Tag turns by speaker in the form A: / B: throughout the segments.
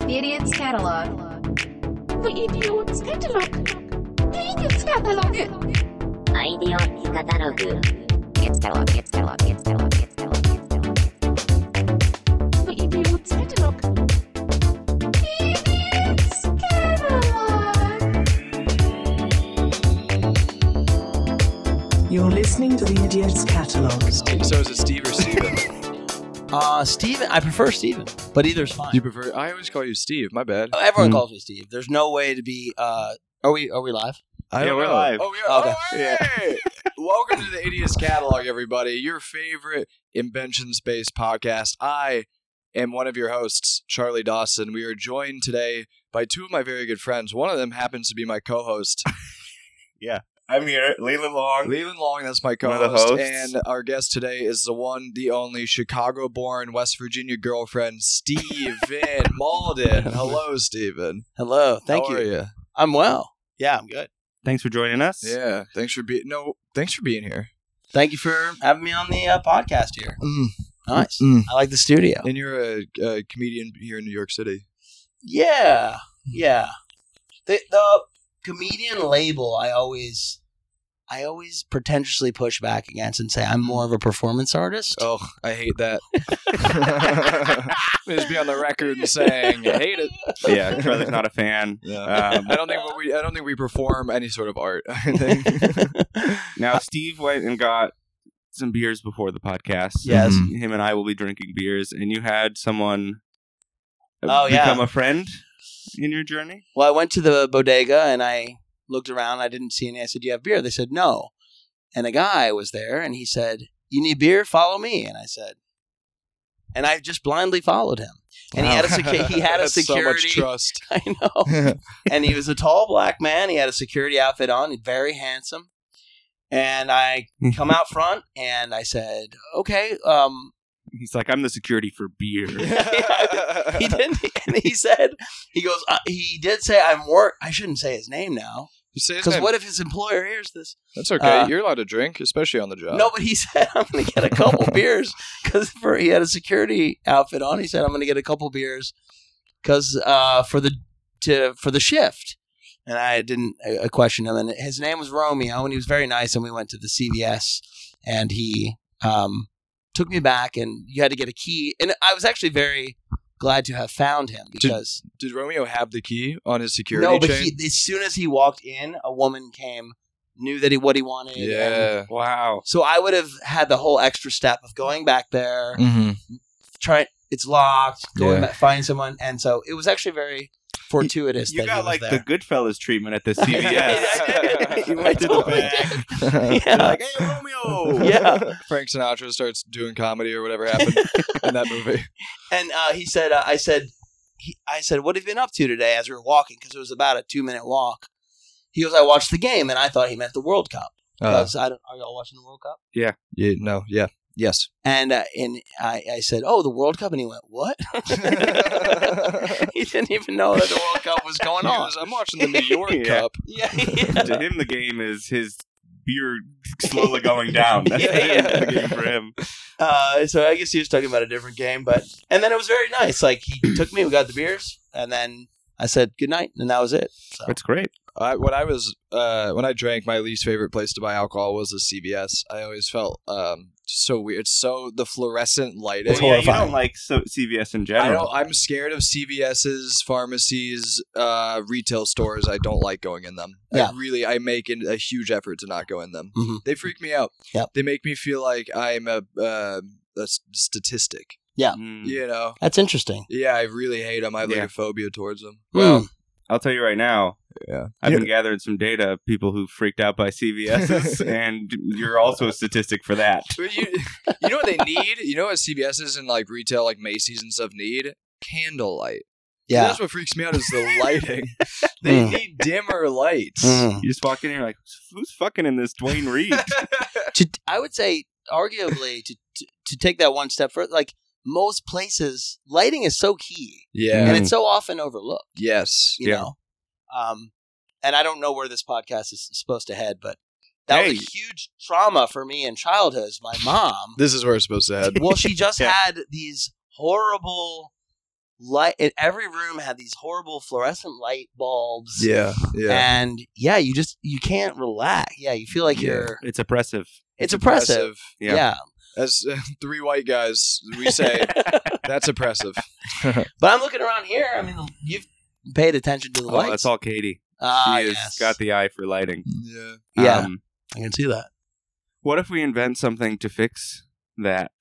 A: The Idiot's Catalog.
B: The Idiot's Catalog. The Idiot's Catalog.
C: Idiot's Catalog.
D: It's catalog, it's catalog, it's catalog, it's catalog, it's catalog.
B: The Idiot's Catalog. The Idiot's Catalog.
E: You're listening to the Idiot's Catalog.
F: So is it Steve or Steven?
G: Uh, Steven, I prefer Steven, but either's fine.
F: you Uh, prefer? I always call you Steve. My bad.
G: Oh, Everyone
H: Mm.
G: calls me Steve. There's no way to be. Uh, are we? Are we live?
H: I
F: Yeah,
H: don't
F: we're
H: know.
F: live.
G: Oh, we
F: are.
G: Okay.
F: Oh, hey! Welcome to the Idiot's Catalog, everybody. Your favorite inventions based podcast. I am one of your hosts, Charlie Dawson. We are joined today by two of my very good friends. One of them happens to be my co host,
H: I'm here, Leland Long.
F: Leland Long. That's my co
H: One of the
F: host.
H: hosts.
F: And our guest today is the one, the only Chicago born West Virginia girlfriend, Steven Malden. Hello, Steven.
G: Hello. Thank
F: How
G: you.
F: are ya?
G: I'm well. Yeah, I'm good.
H: Thanks for joining us.
F: Yeah. Thanks for being no. Thanks for being here.
G: Thank you for having me on the uh, podcast here. Nice.
F: Mm.
G: I like the studio.
F: And you're a, a comedian here in New York City.
G: Yeah, yeah. The, the comedian label, I always, I always pretentiously push back against and say I'm more of a performance artist.
F: Oh, I hate that. Let me Just be on the record and saying, I hate it.
H: yeah. Charlie's not a fan. Um,
F: I don't think what we. I don't think we perform any sort of art. I think.
H: now Steve went and got some beers before the podcast.
G: Yes.
H: Mhm. Him and I will be drinking beers, and you had someone uh,
G: Oh, yeah.
H: become a friend in your journey.
G: Well, I went to the bodega and I looked around. I didn't see any. I said, "Do you have beer?" They said, "No." And a guy was there and he said, "You need beer? Follow me." And I said, and I just blindly followed him. And he had a secu- he had a
F: That's so much
G: security.
F: trust.
G: I know. and he was a tall black man. He had a security outfit on, very handsome. And I come out front and I said, okay. Um,
H: He's like, I'm the security for beer.
G: he didn't. And he said, he goes, uh, he did say, I'm work. I shouldn't say his name now.
F: You say his
G: Because
F: name.
G: what if his employer hears this?
F: That's okay.
G: uh,
F: You're allowed to drink, especially on the job.
G: No, but he said, I'm going to get a couple beers because he had a security outfit on. He said, I'm going to get a couple beers because uh, for the to for the shift. And I didn't uh, question him. And his name was Romeo, and he was very nice. And we went to the CVS, and he um, took me back, and you had to get a key. And I was actually very glad to have found him because
F: Did Romeo have the key on his security
G: no, but
F: chain?
G: he, as soon as he walked in, a woman came, knew that he what he wanted. and-
F: yeah.
H: wow.
G: so I would have had the whole extra step of going back there,
F: Mm-hmm.
G: trying it's locked, going
F: Mm. Yeah.
G: back, finding someone, and so it was actually very fortuitous.
H: You
G: that
H: got like
G: he was
H: the
G: there.
H: Goodfellas treatment at the
G: I
H: CVS.
G: did.
H: you went to the
G: I
H: back.
G: Yeah.
H: You're like, hey, Romeo.
G: Yeah.
F: Frank Sinatra starts doing comedy or whatever happened in that movie.
G: And uh, he said, uh, I said, he, I said, what have you been up to today? As we were walking, because it was about a two minute walk. He goes, I watched the game, and I thought he meant the World Cup.
F: Uh,
G: 'Cause I don't, are y'all watching the World Cup?
F: yeah, no. Yeah. Yes.
G: And uh, and I, I said, oh, the World Cup, and he went, what? he didn't even know that the World Cup was going
F: He
G: on.
F: goes, I'm watching the New York
H: Yeah.
F: Cup.
G: Yeah, yeah.
H: to him, the game is his beer slowly going down. That's
G: Yeah, yeah.
H: the game for him.
G: Uh, so I guess he was talking about a different game, but and then it was very nice. Like he took me, we got the beers, and then I said good night, and that was it. So.
H: That's great.
F: I, when I was uh, when I drank, my least favorite place to buy alcohol was the CVS. I always felt um, so weird. It's so the fluorescent lighting.
G: It's
H: Well, yeah, you
G: horrifying.
H: don't like so- CVS in
F: I
H: general.
F: don't. I'm scared of CVS's, pharmacies, uh, retail stores. I don't like going in them.
G: Yeah.
F: I really, I make an, a huge effort to not go in them.
G: Mhm.
F: They freak me out.
G: Yep.
F: They make me feel like I'm a, uh, a s- statistic.
H: Mm.
F: You know.
G: That's interesting.
F: Yeah, I really hate them. I have like
H: Yeah.
F: a phobia towards them.
G: Hmm.
H: Well, I'll tell you right now.
F: Yeah.
H: I've
F: You-
H: been gathering some data of people who freaked out by CVS's, and you're also a statistic for that.
F: But you, you know what they need? You know what CVS's and like retail, like Macy's and stuff need? Candlelight.
G: yeah.
F: That's what freaks me out is the lighting. they
G: Mm.
F: need dimmer lights.
G: Mm.
H: You just walk in and you're like, who's fucking in this Dwayne Reed?
G: To, I would say, arguably, to, to to take that one step further, like most places, lighting is so key,
F: Yeah.
G: and it's so often overlooked.
F: Yes.
G: You
H: Yeah.
G: know, um, and I don't know where this podcast is supposed to head, but that was
H: Hey.
G: a huge trauma for me in childhood. is My mom
F: This is where it's supposed to head.
G: Well, she just
H: Yeah.
G: had these horrible light. And every room had these horrible fluorescent light bulbs.
F: Yeah, yeah.
G: And yeah, you just you can't relax. Yeah, you feel like
F: Yeah.
G: you're.
H: It's oppressive.
G: It's oppressive.
H: Yeah.
G: yeah.
F: As uh, three white guys, we say that's oppressive.
G: But I'm looking around here. I mean, you've paid attention to the
H: Oh,
G: lights.
H: that's all Katie.
G: Ah,
H: she has
G: yes.
H: got the eye for lighting.
F: Yeah.
G: yeah,
H: Um,
G: I can see that.
H: what if we invent something to fix that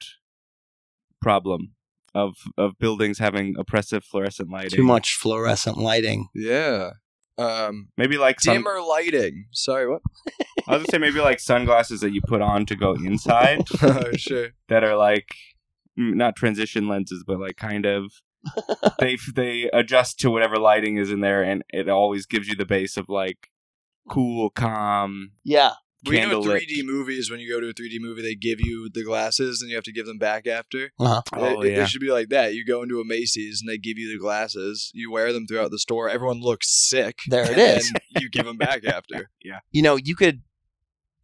H: problem of of buildings having oppressive fluorescent lighting?
G: Too much fluorescent lighting.
F: Yeah. Um,
H: Maybe like some,
F: dimmer lighting. Sorry, what?
H: I was gonna say maybe like sunglasses that you put on to go inside
F: oh, sure.
H: that are like mm, not transition lenses, but like kind of they they adjust to whatever lighting is in there, and it always gives you the base of like cool, calm.
G: Yeah,
F: We know
H: Candlelit.
F: 3D movies. When you go to a 3D movie, they give you the glasses and you have to give them back after.
G: uh-huh.
H: Oh,
F: it, it-
H: yeah.
F: it should be like that. You go into a Macy's and they give you the glasses. You wear them throughout the store. Everyone looks sick.
G: There it
F: and then
G: is.
F: you give them back after.
G: you know, you could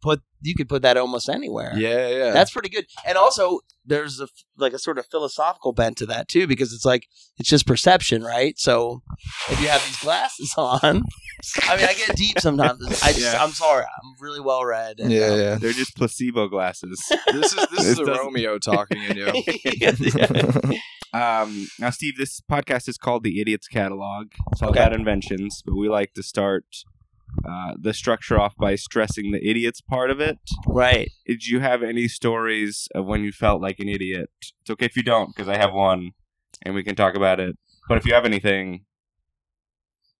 G: put you could put that almost anywhere.
F: Yeah, yeah.
G: That's pretty good. And also, there's a like a sort of philosophical bent to that too, because it's like it's just perception, right? So if you have these glasses on, I mean, I get deep sometimes. I just,
F: Yeah.
G: I'm sorry, I'm really well read. and,
F: yeah,
G: um,
F: yeah.
H: They're just placebo glasses.
F: This is this is
H: It
F: a
H: doesn't-
F: Romeo talking in
G: uh,
F: you.
H: Um, now, Steve, this podcast is called the Idiots Catalog. It's all
G: Okay.
H: about inventions, but we like to start uh, the structure off by stressing the idiots part of it.
G: right.
H: Did you have any stories of when you felt like an idiot? It's okay if you don't, because I have one, and we can talk about it. But if you have anything,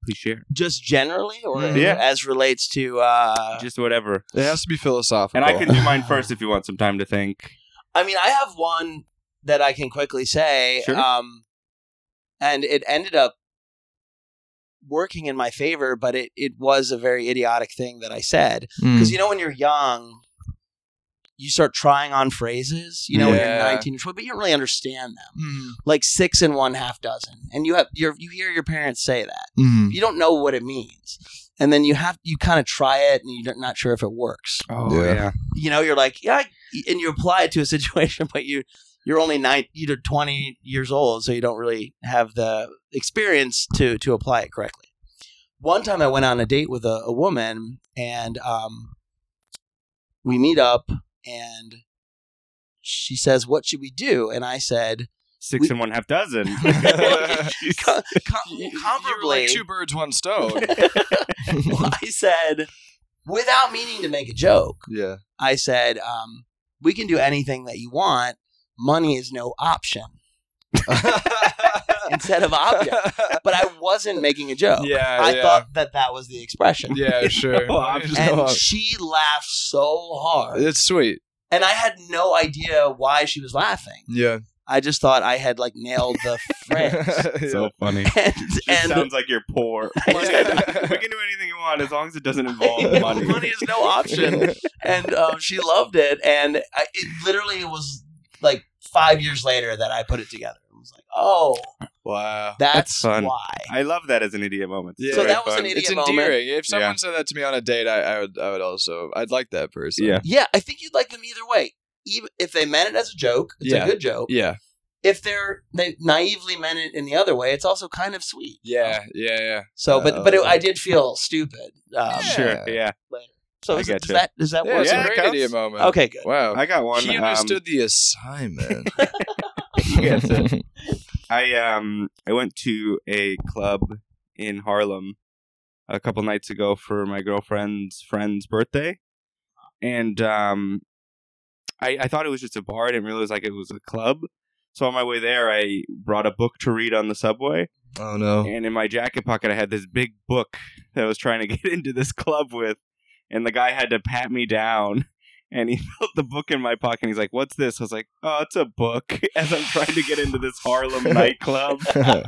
H: please share.
G: Just generally, or
F: Mm-hmm.
H: Yeah.
G: as relates to, uh,
H: Just whatever.
F: It has to be philosophical.
H: And I can do mine first if you want some time to think.
G: I mean, I have one that I can quickly say,
H: Sure.
G: um, and it ended up working in my favor, but it it was a very idiotic thing that I said.
F: Mm.
G: because you know when you're young you start trying on phrases you know when you're
F: Yeah.
G: 19 or 20 but you don't really understand them
F: Mm.
G: like six and one half dozen and you have you're, you hear your parents say that
F: Mm.
G: you don't know what it means and then you have you kind of try it and you're not sure if it works
H: Oh
F: Yeah.
G: you know you're like yeah I- and you apply it to a situation but you you're only nine you're 20 years old so you don't really have the experience to to apply it correctly one time i went on a date with a, a woman and um we meet up and she says what should we do and i said
H: Six
G: We-
H: and one half dozen.
G: com- com-
F: You- you were
G: comparably
F: like two birds, one stone.
G: i said without meaning to make a joke
F: yeah.
G: I said, um, "We can do anything that you want. Money is no option." Instead of object, but I wasn't making a joke.
F: yeah,
G: I
F: yeah.
G: thought that that was the expression,
F: Yeah, sure.
H: No, I'm just-
G: and she laughed so hard,
F: it's sweet.
G: and I had no idea why she was laughing.
F: Yeah.
G: I just thought I had like nailed the phrase,
H: so funny.
G: and
H: It
G: and
H: sounds like you're poor. Money- we can do anything you want as long as it doesn't involve money.
G: money is no option. and um, she loved it. And I, it literally was like five years later that I put it together. I was like, "Oh,
F: wow.
G: that's,
H: fun.
G: why."
H: I love that as an idiot moment.
F: Yeah.
H: It's
F: So
H: very
G: that was
H: fun.
G: an idiot-
F: It's
G: moment.
F: endearing. If someone
H: Yeah.
F: said that to me on a date, I, I would I would also I'd like that person.
H: Yeah.
G: Yeah, I think you'd like them either way. Even if they meant it as a joke, it's
F: Yeah.
G: a good joke.
F: Yeah.
G: If they're they naively meant it in the other way, it's also kind of sweet.
F: Yeah. Yeah. Yeah.
G: So,
F: Uh,
G: but but it, I did feel stupid. Um,
F: Yeah.
H: Sure. Yeah.
G: So
H: I
G: is, it- does
H: getcha.
G: that does that
F: Yeah,
G: work?
F: it's
H: yeah,
F: a
H: it
F: great
H: counts.
F: idiot moment.
G: Okay, good.
F: Wow.
H: I got one.
F: he
H: um,
F: understood the assignment.
H: you get it. I um I went to a club in Harlem a couple nights ago for my girlfriend's friend's birthday, and um I I thought it was just a bar. I didn't realize like it was a club. So on my way there, I brought a book to read on the subway,
F: oh no.
H: and in my jacket pocket, I had this big book that I was trying to get into this club with, and the guy had to pat me down. And he felt the book in my pocket. And he's like, "What's this?" I was like, "Oh, it's a book." As I'm trying to get into this Harlem nightclub, and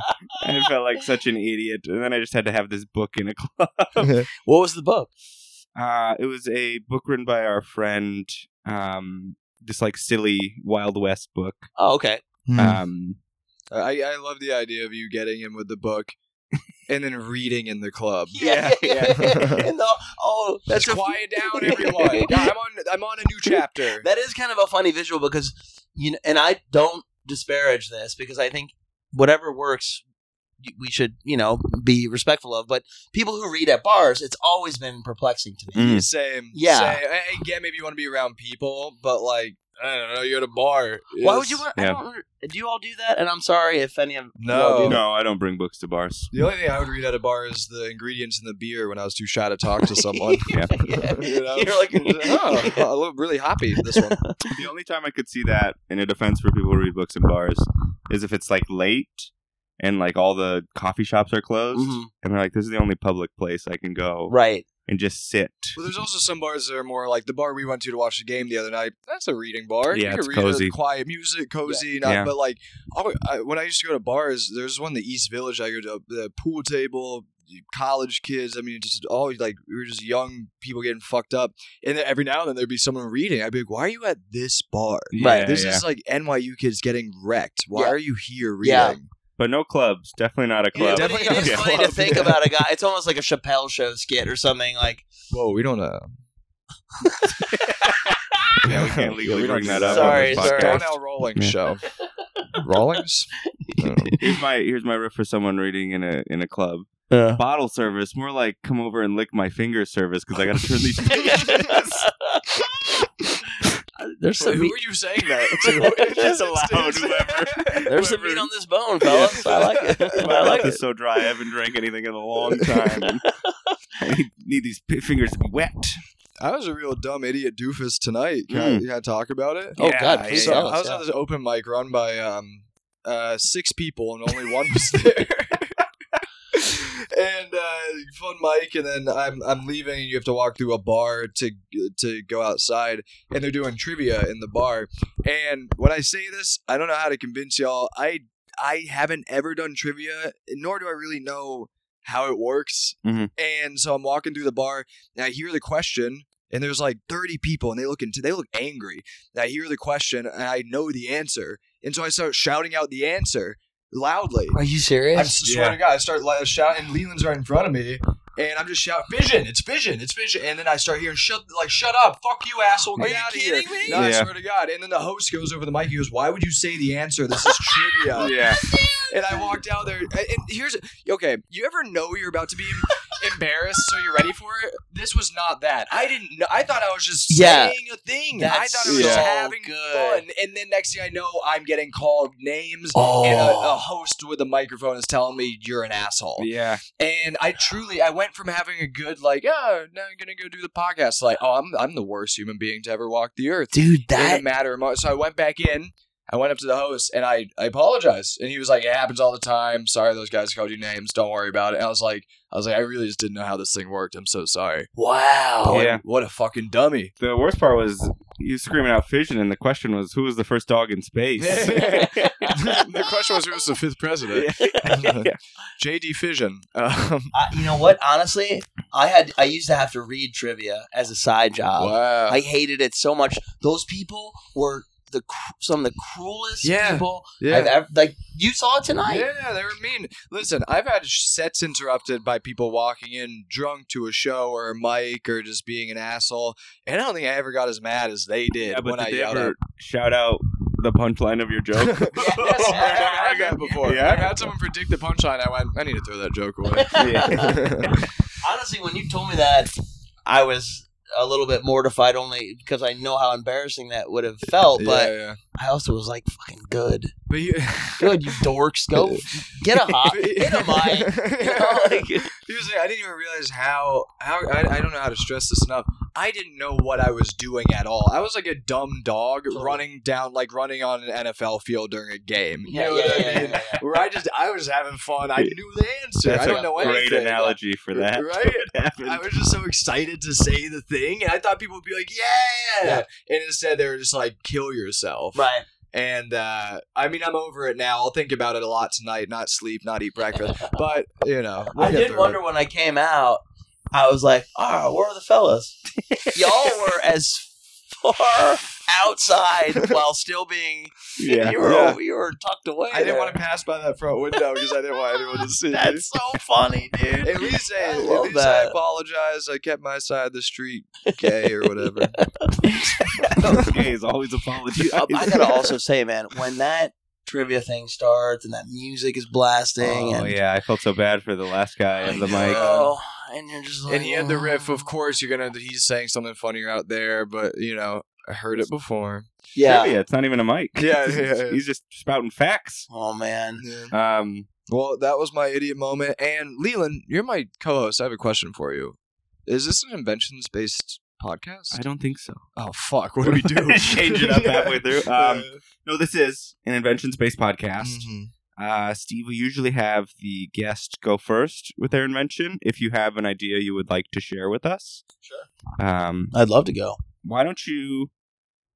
H: I felt like such an idiot. And then I just had to have this book in a club.
F: Hmm.
G: What was the book?
H: Uh, it was a book written by our friend, um, this like silly Wild West book.
G: Oh, okay.
F: Mm.
H: Um,
F: I, I love the idea of you getting in with the book and then reading in the club.
H: Yeah, yeah.
G: no, oh, that's
F: Just
G: a-
F: quiet down, everyone. Yeah, I'm on. I'm on a new chapter.
G: That is kind of a funny visual because you know, and I don't disparage this because I think whatever works y- we should you know be respectful of but people who read at bars it's always been perplexing to me
H: Mm.
F: Same.
G: Hmm. Yeah.
F: Same. I, I get maybe you want to be around people, but like I don't know. You're at a bar.
G: why
F: It's-
G: would you want
H: Yeah.
G: I don't, under- do you all do that and i'm sorry if any of you all
F: No.
G: do that.
H: No, I don't bring books to bars.
F: The only thing I would read at a bar is the ingredients in the beer when I was too shy to talk to someone.
H: Yeah.
F: You know?
G: You're like,
F: oh, I look really hoppy this one.
H: the only time I could see that in a defense for people who read books in bars is if it's like late and like all the coffee shops are closed
G: Mhm.
H: and they're like, this is the only public place I can go
G: right
H: and just sit.
F: Well, there's also some bars that are more like the bar we went to to watch the game the other night. That's a reading bar.
H: Yeah,
F: you can
H: it's
F: read
H: cozy.
F: With quiet music, cozy. Not,
H: Yeah.
F: But like, I, I, when I used to go to bars, there's one in the East Village. I go to the pool table, college kids. I mean, just all like we were just young people getting fucked up. And then every now and then there'd be someone reading. I'd be like, "Why are you at this bar?
G: Right.
F: this
H: yeah.
F: is like NYU kids getting wrecked. Why
G: Yeah.
F: are you here reading?"
G: Yeah.
H: But no clubs. Definitely not a
F: Yeah,
H: club.
G: But
F: definitely
G: it
F: not
G: is
F: a
G: funny
F: club,
G: to think
F: yeah.
G: about a guy it's almost like a chappelle show skit or something like
F: Whoa, we don't uh, know.
H: Yeah, we can't legally
F: we don't
H: bring
F: do
H: that up.
G: Sorry,
H: on this podcast.
G: sorry.
F: Donnell Rawlings
H: Yeah.
F: show. Rawlings? I don't know.
H: Here's my here's my riff for someone reading in a in a club. Bottle service, more like come over and lick my finger service because I got to turn these.
G: there's
F: Wait,
G: some meat,
F: who are you saying that to?
G: Just
H: allowed whoever.
G: there's some meat on this bone fellas i like it
H: My
G: i like
H: mouth
G: it
H: is so dry. I haven't drank anything in a long time. I need, need these p- fingers wet.
F: I was a real dumb idiot doofus tonight. Can,
H: Hmm.
F: I, can I talk about it?
G: Oh, God,
H: yeah,
G: please
F: So
H: yeah.
G: tell us,
F: I was
G: yeah.
F: at this open mic run by um, uh, six people, and only one was there. and uh, fun mic, and then I'm I'm leaving. And you have to walk through a bar to to go outside, and they're doing trivia in the bar. And when I say this, I don't know how to convince y'all. I I haven't ever done trivia, nor do I really know how it works.
H: Mhm.
F: And so I'm walking through the bar, and I hear the question. And there's like 30 people, and they look into they look angry. And I hear the question, and I know the answer, and so I start shouting out the answer loudly.
G: are you
F: I
G: serious
F: swear to God, I start like, shouting, and Leland's right in front of me, and I'm just shouting, "Vision! It's Vision! It's Vision!" And then I start hearing, "Shut! Like, shut up! Fuck you, asshole! Get
G: Are you
F: out of here!"
G: kidding me?
F: No, I
H: Yeah.
F: swear to God. And then the host goes over the mic. He goes, "Why would you say the answer? This is trivia."
H: Yeah.
F: And I walked out there. And and here's okay. You ever know you're about to be em- embarrassed, so you're ready for it? This was not that. I didn't. know. I thought I was just
G: Yeah.
F: saying a thing.
G: That's
F: I thought I was just
G: so
F: having
G: good.
F: fun. And then next thing I know, I'm getting called names and a, a
G: oh
F: host with a microphone is telling me you're an asshole.
H: Yeah.
F: And I truly, I went from having a good like, oh, now I'm gonna go do the podcast, like, oh, I'm I'm the worst human being to ever walk the earth.
G: dude
F: in a matter of months. So I went back in. I went up to the host and I, I apologized. And he was like, It happens all the time. Sorry those guys called you names. Don't worry about it. And I was like I was like, I really just didn't know how this thing worked. I'm so sorry.
G: wow
F: Boy,
H: Yeah.
F: What a fucking dummy.
H: The worst part was you screaming out fission, and the question was, who was the first dog in space?
F: the question was who was the fifth president? JD Fission. Um,
G: I, you know what honestly i had i used to have to read trivia as a side job
F: wow.
G: I hated it so much. Those people were the cr- some of the cruelest
F: Yeah.
G: people
F: yeah.
G: I've ever. Like you saw it tonight.
F: Yeah, they were mean. Listen, I've had sh- sets interrupted by people walking in drunk to a show or a mic or just being an asshole, and I don't think I ever got as mad as they did
H: Yeah, but
F: when
H: did
F: I
H: they
F: yelled
H: ever
F: at.
H: shout out the punchline of your joke?
F: Yes, I've had that before.
H: Yeah?
F: I've had someone predict the punchline. I went, I need to throw that joke away.
H: Yeah.
G: Honestly, when you told me that, I was a little bit mortified only because I know how embarrassing that would have felt.
F: yeah,
G: But
F: yeah.
G: I also was like, "Fucking good,
F: but you,
G: good, you dorks, go get a hot, hit a mic." You know, like-
F: Here's the thing, I didn't even realize how how I, I don't know how to stress this enough. I didn't know what I was doing at all. I was like a dumb dog
G: Totally.
F: running down like running on an NFL field during a game. You
G: yeah,
F: know
G: yeah,
F: what I
G: yeah,
F: mean?
G: yeah, yeah.
F: Where I just I was having fun. I knew the answer.
H: That's
F: I don't
H: a
F: know
H: great
F: anything.
H: analogy for that.
F: Right?
H: What happened?
F: I was just so excited to say the thing, and I thought people would be like, "Yeah!" And instead, they were just like, "Kill yourself."
G: Right.
F: And uh, I mean, I'm over it now. I'll think about it a lot tonight. Not sleep, not eat breakfast, but you know, we'll
G: I
F: get
G: did
F: through
G: wonder when I came out. I was like, "Ah, where are the fellas? Y'all were as far outside while still being
H: yeah.
G: you were
F: Yeah.
G: you were tucked away."
F: It. I didn't want to pass by that front window because I didn't want anyone to see. me.
G: That's so funny, dude.
F: At least, I,
G: I
F: at
G: love
F: least I
G: that.
F: apologized. I kept my side of the street gay or whatever.
H: Gays always apologize.
F: um,
G: Oh, Dude, I I gotta also say, man, when that trivia thing starts and that music is blasting.
H: Oh
G: and,
H: yeah, I felt so bad for the last guy
G: I
H: of the mic.
G: know, and you're just like,
F: And he had the riff. Of
G: "Oh."
F: course, you're gonna. He's saying something funnier out there, but you know, I heard it before.
G: Yeah.
H: Trivia, It's not even a mic.
F: Yeah,
H: He's-
F: yeah, yeah.
H: He's just spouting facts.
G: Oh man.
H: Um,
F: Well, that was my idiot moment. And Leland, you're my co-host. I have a question for you. Is this an inventions-based podcast?
H: I don't think so.
F: oh fuck! What do we do?
H: Change it up
F: Yeah.
H: halfway through. Um, no, this is an inventions-based podcast.
F: Mhm.
H: Uh, Steve, we usually have the guest go first with their invention. If you have an idea you would like to share with us, sure. Um,
G: I'd love to go.
H: why don't you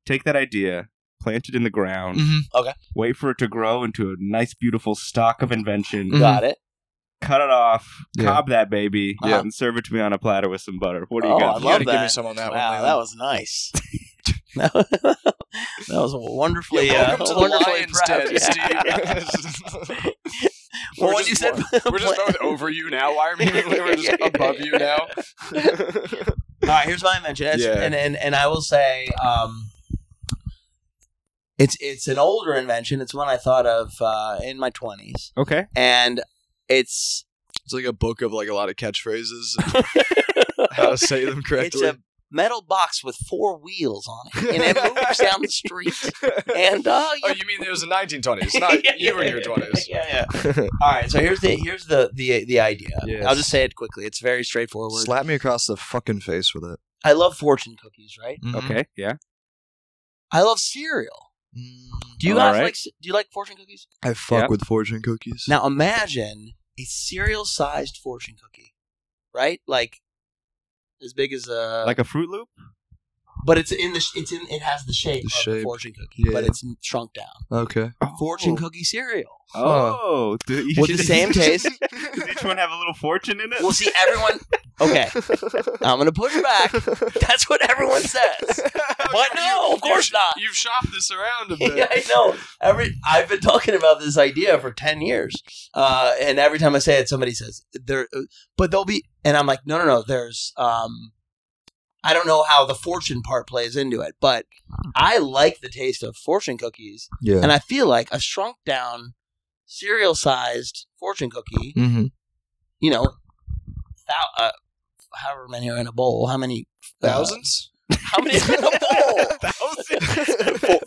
H: take that idea, plant it in the ground,
F: Mhm.
H: wait for it to grow into a nice, beautiful stock of invention,
F: Mhm.
G: Got it.
H: cut it off,
F: Yeah.
H: cob that baby,
F: Yeah.
H: and serve it to me on a platter with some butter. What do you
G: Uh-huh. Oh, I
H: got?
F: You gotta
G: love
F: give me
G: that.
F: some on that
G: wow,
F: one.
G: that
F: Leland.
G: was nice. that was wonderfully,
F: Yeah,
G: uh,
F: welcome to the
G: wonderfully
F: lion's
G: prepped.
F: den, Steve.
G: well,
F: We're
G: when
F: just-
G: you said
F: We're just both over you now. Why are we we're just above you now?
G: All right, here's my invention, It's-
F: Yeah.
G: and, and and I will say, um, it's it's an older invention. It's one I thought of uh, in my twenties,
H: Okay.
G: and it's
F: It's like a book of like a lot of catchphrases, and how to say them
G: it's
F: correctly.
G: a metal box with four wheels on it, and it moves down the street. And uh,
F: oh,
G: yeah,
F: you mean it was the 1920s, not
G: Yeah,
F: you in
G: yeah,
F: your
G: yeah,
F: 20s?
G: Yeah, yeah. All right, so here's the here's the the the idea.
F: Yes.
G: I'll just say it quickly. It's very straightforward.
F: Slap me across the fucking face with it.
G: I love fortune cookies, right?
H: Okay. Yeah.
G: I love cereal. Do you
H: All
G: guys
H: right.
G: like do you like fortune cookies?
F: Mm-hmm. I fuck
H: Yep.
F: with fortune cookies.
G: Now imagine a cereal-sized fortune cookie, right? Like as big as a
H: Like a Fruit Loop.
G: but it's in the sh- it's in it has the shape
F: The
G: of a
F: shape.
G: fortune cookie,
F: Yeah.
G: but it's shrunk down.
F: Okay.
G: Fortune cookie cereal.
H: Oh, dude, you
G: With
H: should-
G: the same taste.
H: Does each one have a little fortune in it?
G: Well, see everyone Okay. I'm going to push back. That's what everyone says. But no, of course not.
F: You've shopped this around a bit.
G: yeah, I know. Every I've been talking about this idea for ten years, uh, and every time I say it, somebody says there. But there'll be, and I'm like, no, no, no. There's, um, I don't know how the fortune part plays into it, but I like the taste of fortune cookies,
F: Yeah.
G: and I feel like a shrunk down, cereal sized fortune cookie.
F: mm-hmm.
G: You know, thou- uh, however many are in a bowl, how many uh,
F: Thousands?
G: how many are in a bowl?
H: Thousand.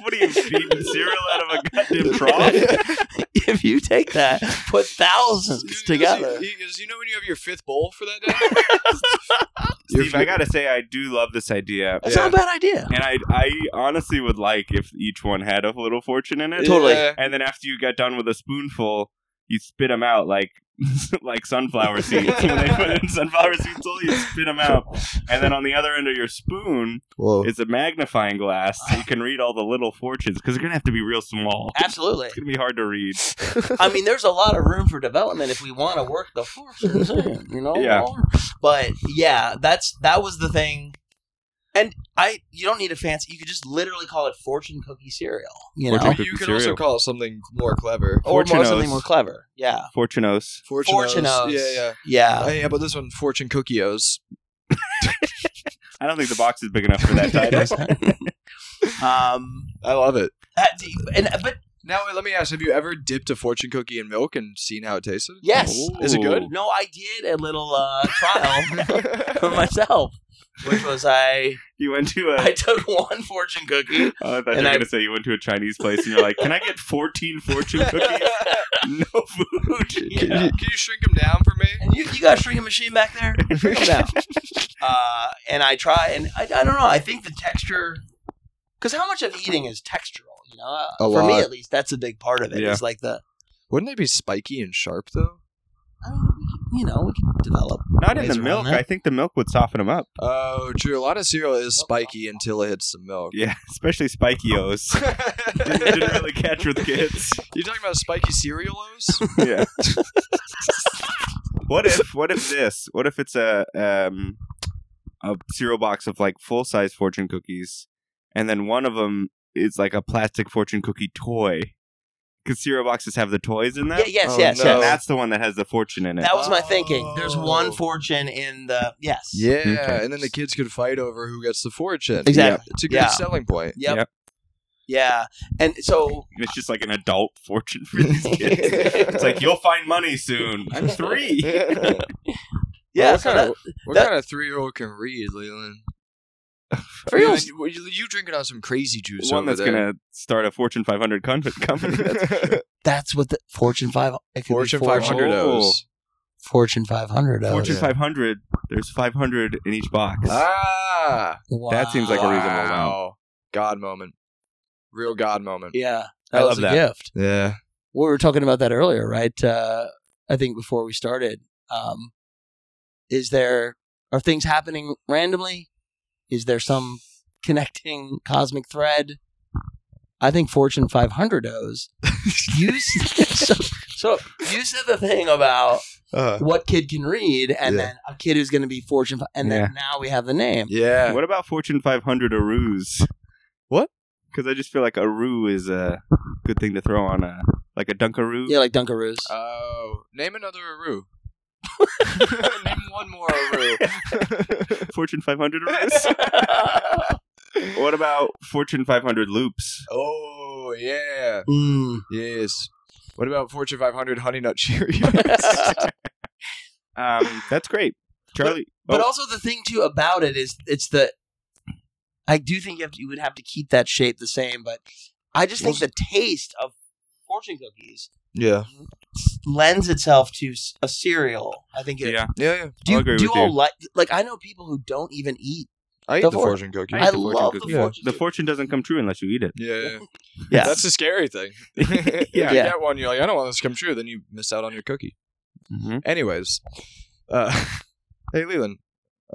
H: what are you feeding cereal out of a goddamn trough?
G: if you take that, put thousands
F: Because
G: together.
F: You, because you know when you have your fifth bowl for that day? Your
H: Steve, I
F: fifth-
H: gotta say, I do love this idea,
G: That's not a bad idea.
H: and I, I honestly would like if each one had a little fortune in it.
G: Totally.
F: Yeah.
H: And then after you got done with a spoonful, you spit them out like like sunflower seeds. when they put in sunflower seeds, all you spit them out. And then on the other end of your spoon
F: Whoa.
H: is a magnifying glass, so you can read all the little fortunes because they're gonna have to be real small.
G: Absolutely.
H: It's gonna be hard to read.
G: I mean, there's a lot of room for development if we want to work the forces in, you know.
H: Yeah.
G: But yeah, that's that was the thing. And I, you don't need a fancy. You could just literally call it fortune cookie cereal, you know,
H: Fortune
F: Or
H: cookie
F: you could
H: cereal.
F: also call it something more clever.
G: or more,
H: Fortunos.
G: something more clever. Yeah,
H: Fortunos.
F: Fortunos.
G: Fortunos.
F: Yeah, yeah.
G: yeah.
F: Oh, yeah, but this one, Fortune Cookios.
H: I don't think the box is big enough for that title.
G: um,
F: I love it.
G: that- and but
F: Now, let me ask: Have you ever dipped a fortune cookie in milk and seen how it tasted?
G: yes,
F: Is it good?
G: no, I did a little uh, trial for
F: I
G: myself, which was I
H: You went to a.
G: I took one fortune cookie.
H: Oh, I thought you
G: And
H: were
G: I-
H: going to say you went to a Chinese place and you're like, can I get 14 fortune cookies? no food.
F: Can, you, can you shrink them down for me?
G: And you, you got a shrinking machine back there? Bring 'em down. Uh, and I try, and I, I don't know. I think the texture, because how much of eating is textural? You know, Uh,
F: A
G: for me
F: lot.
G: at least, that's a big part of it.
H: Yeah.
G: It's like the,
F: Wouldn't they be spiky and sharp though?
G: I don't know, we can, you know, we can develop.
H: Not in
G: ways
H: the
G: around
H: milk.
G: that.
H: I think the milk would soften them up.
F: Oh, true. A lot of cereal is spiky until it hits the milk.
H: Yeah, especially Spikeos. didn't, didn't really catch with kids.
F: You talking about spiky cerealos?
H: Yeah. what if? What if this? What if it's a um a cereal box of like full size fortune cookies, and then one of them is like a plastic fortune cookie toy. Because cereal boxes have the toys in them.
G: Yeah, yes,
F: Oh,
G: yes,
F: no.
H: And
G: yes.
H: that's the one that has the fortune in it.
G: That was my thinking. There's one
F: Oh.
G: fortune in the yes.
F: yeah,
H: Okay.
F: and then the kids could fight over who gets the fortune.
G: Exactly.
F: It's a good
G: Yeah.
F: selling point.
G: Yep.
H: Yep.
G: Yeah, and so
H: It's just like an adult fortune for these kids. it's like you'll find money soon. I'm three.
G: yeah,
F: what
G: so
F: kind
G: that,
F: of what
G: that-
F: kind of three year old can read, Leland?
G: for real,
F: Leland, you, you, you drinking on some crazy juice?
H: One
F: over
H: that's
F: there.
H: gonna start a Fortune 500 con- company. That's
G: that's what the Fortune five. It could
F: Fortune
G: be
F: five
G: 500.
F: hundred
H: Oh.
F: O's.
G: Fortune five hundred.
H: Fortune
F: yeah.
H: 500. There's 500 in each box.
F: Ah,
H: That seems like a reasonable amount.
F: wow. God moment, real God moment.
G: Yeah,
H: I
G: that
H: love
G: was a
H: that.
G: gift.
F: Yeah,
G: we were talking about that earlier, right? Uh, I think before we started, um, is there are things happening randomly? Is there some connecting cosmic thread? I think Fortune 500 O's. you s- so, so you said the thing about
F: uh,
G: what kid can read, and
F: Yeah.
G: then a kid who's going to be Fortune, fi- and then now we have the name.
F: yeah.
H: What about Fortune 500 a ruse?
F: What?
H: Because I just feel like a ruse is a good thing to throw on a like a dunkaroo.
G: Yeah, like Dunkaroos.
H: Uh,
F: Oh, name another Aru. name one more Aru.
H: Fortune 500 a ruse. what about Fortune 500 loops?
F: Oh yeah,
G: Mm.
F: yes. What about Fortune 500 Honey Nut Cheerios?
H: Um, that's great, Charlie.
G: But
H: oh,
G: also the thing too about it is it's the I do think you, have to, you would have to keep that shape the same, but I just think the taste of fortune cookies
F: yeah,
G: lends itself to s- a cereal. I think. It,
H: yeah,
F: yeah, yeah.
G: Do you,
H: I'll agree
G: do you
H: with
G: all
H: you.
G: like like I know people who don't even eat.
F: I eat
G: The
F: the,
G: for-
F: fortune cookie.
G: I,
H: eat the fortune
G: love the
H: cookie.
F: Yeah.
G: fortune.
H: the fortune doesn't come true unless you eat it.
F: Yeah, yeah.
G: Yeah.
F: That's the scary thing.
H: Yeah.
F: You get one, you're like, I don't want this to come true. Then you miss out on your cookie.
H: Mhm.
F: Anyways, uh, hey Leland,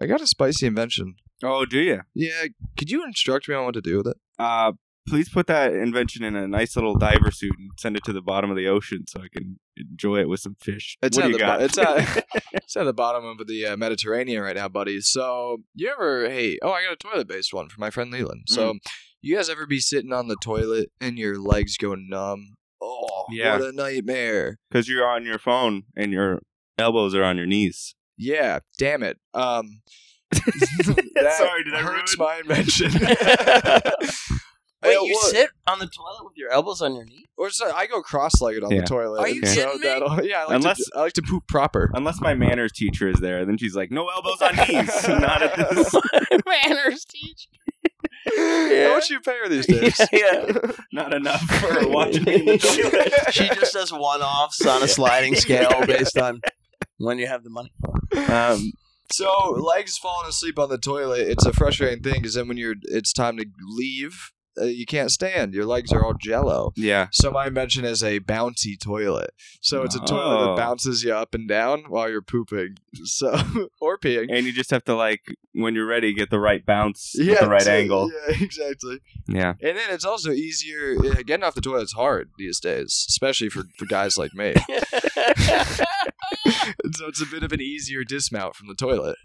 F: I got a spicy invention.
H: Oh, do you?
F: Yeah, could you instruct me on what to do with it?
H: Uh, please put that invention in a nice little diver suit and send it to the bottom of the ocean so I can enjoy it with some fish.
F: It's
H: what
F: at
H: do you
F: the
H: got?
F: bo- it's at it's at the bottom of the uh, Mediterranean right now, buddy. So you ever hey oh I got a toilet based one for my friend Leland.
H: Mm.
F: So you guys ever be sitting on the toilet and your legs go numb? Oh,
H: Yeah.
F: what a nightmare!
H: because you're on your phone and your elbows are on your knees.
F: Yeah, damn it. Um, that
H: Sorry, did I
F: hurts
H: ruin-
F: my invention?
G: Wait,
H: Oh,
F: Yeah,
G: you
F: well-
G: sit on the toilet with your elbows on your knee?
F: Or so I go cross-legged on
H: Yeah.
F: the toilet.
G: Are you
F: and
G: kidding me?
F: that'll- Yeah, I like,
H: Unless-
F: to, I like to poop proper.
H: Unless my manners teacher is there, then she's like, "No elbows on knees, not at this,
B: Manners teach.
F: How much do you pay her these days?
G: yeah.
H: not enough for watching me in the toilet."
G: she just does one offs on a sliding scale based on when you have the money.
H: Um,
F: So legs falling asleep on the toilet, it's a frustrating thing because then when you're, it's time to leave, uh, you can't stand. Your legs are all jello.
H: yeah,
F: So my invention is a bouncy toilet. So it's a toilet
H: Oh.
F: that bounces you up and down while you're pooping, so or peeing.
H: and you just have to like when you're ready, get the right bounce, yeah, the right
F: so-
H: angle.
F: Yeah, exactly.
H: Yeah,
F: And then it's also easier yeah, getting off the toilet's hard these days, especially for, for guys like me. And so it's a bit of an easier dismount from the toilet.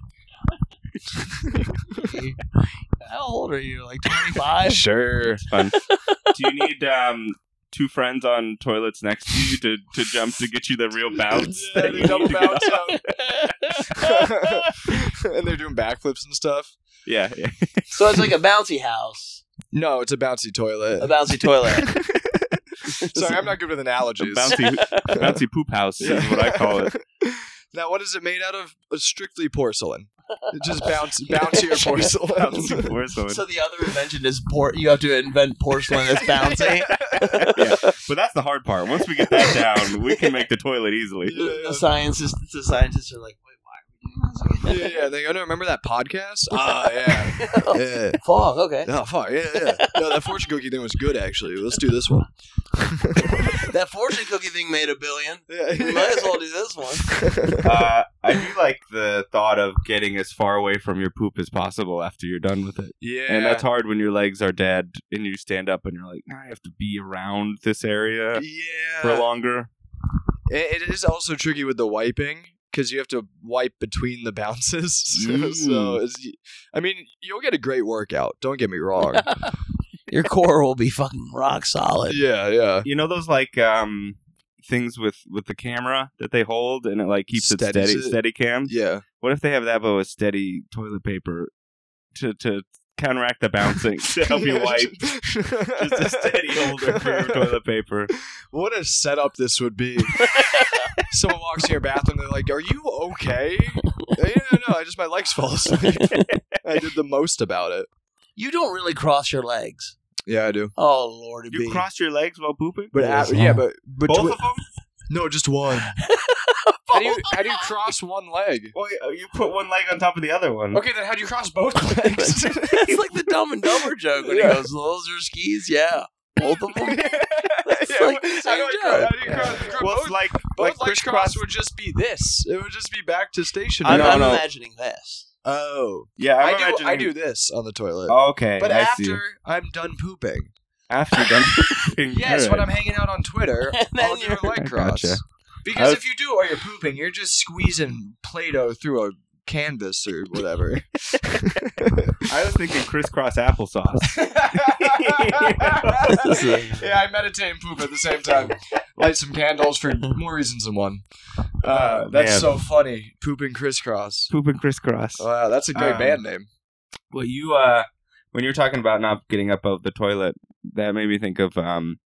G: How old are you? Like 25?
F: Sure.
H: it's fun. Do you need um, two friends on toilets next to you to, to jump to get you the real bounce?
F: Yeah,
H: that
F: they
H: you need
F: double
H: to get
F: bounce
H: off?
F: up. and they're doing backflips and stuff.
H: Yeah, yeah.
G: so it's like a bouncy house,
F: No, it's a bouncy toilet.
G: a bouncy toilet.
F: Sorry, I'm not good with
H: A
F: analogies.
H: bouncy, bouncy poop house is what I call it.
F: now, what is it made out of? Uh, Strictly porcelain. It just bounce, bouncier porcelain.
H: Bouncy porcelain.
G: so the other invention is por- you have to invent porcelain that's bouncy.
H: yeah, but that's the hard part. Once we get that down, we can make the toilet easily.
G: the scientists, the scientists are like, wait, why are we
F: yeah, yeah. They go, no, remember that podcast? Ah, yeah.
G: doing this? again?"
F: Yeah.
G: Fuck. Okay,
F: Oh fuck! Yeah, yeah. No, that fortune cookie thing was good actually. Let's do this one.
G: that fortune cookie thing made a billion.
F: Yeah.
G: We might as well do this one.
H: Uh, I do like the thought of getting as far away from your poop as possible after you're done with it.
F: Yeah,
H: And that's hard when your legs are dead and you stand up and you're like, "Nah, I have to be around this area
F: yeah.
H: for longer.
F: It, it is also tricky with the wiping because you have to wipe between the bounces. So,
H: Mm.
F: so it's, I mean, you'll get a great workout. Don't get me wrong.
G: Your core will be fucking rock solid.
F: yeah, yeah.
H: You know those like um things with with the camera that they hold and it like keeps it
F: Steadies
H: steady
F: it.
H: steady cam.
F: Yeah.
H: What if they have that but with steady toilet paper to to counteract the bouncing to help you wipe. Just a steady holder for your toilet paper.
F: What a setup this would be. Someone walks in your bathroom, they're like, Are you okay? yeah, no, I just my legs fall asleep. I did the most about it.
G: You don't really cross your legs.
F: Yeah, I do.
G: Oh lordy
H: You
G: be.
H: cross your legs while pooping?
F: But
G: Yes,
F: af-
G: huh?
F: yeah, but but
H: Both of them?
F: no, just one. how do you how do you cross one leg?
H: Well, uh, you- you put one leg on top of the other one.
F: Okay, then how do you cross both legs?
G: It's like the Dumb and Dumber joke when
F: Yeah.
G: he goes, "Those are skis." Yeah, both of them. That's
F: Yeah,
G: like the
F: how
G: same
F: do I
G: joke.
F: cross- how do you cross- you cross
H: Well,
F: both-
H: it's like
F: both
H: like
F: legs
H: crisscross.
F: cross would just be this. It would just be back to stationary.
G: I'm,
H: No,
G: I'm
H: no.
G: imagining this.
F: oh,
H: Yeah,
F: I
H: I'm
F: do.
H: imagining.
F: I do this on the toilet.
H: Oh, okay,
F: but
H: I
F: after
H: see.
F: I'm done pooping,
H: after you're done.
F: yes,
H: Alright.
F: when I'm hanging out on Twitter,
G: And then
F: I'll do
G: you're-
F: a leg
H: I
F: cross.
H: gotcha. I
F: Because
H: was-
F: if you do while you're pooping, you're just squeezing Play-Doh through a canvas or whatever.
H: I was thinking crisscross applesauce.
F: yeah, I meditate and poop at the same time. Light some candles for more reasons than one. Uh,
H: Oh,
F: that's
H: man.
F: so funny. Pooping crisscross.
H: Poop and crisscross.
F: Wow, that's a great
H: Um,
F: band name.
H: Well, you uh, when you were talking about not getting up of the toilet, that made me think of um,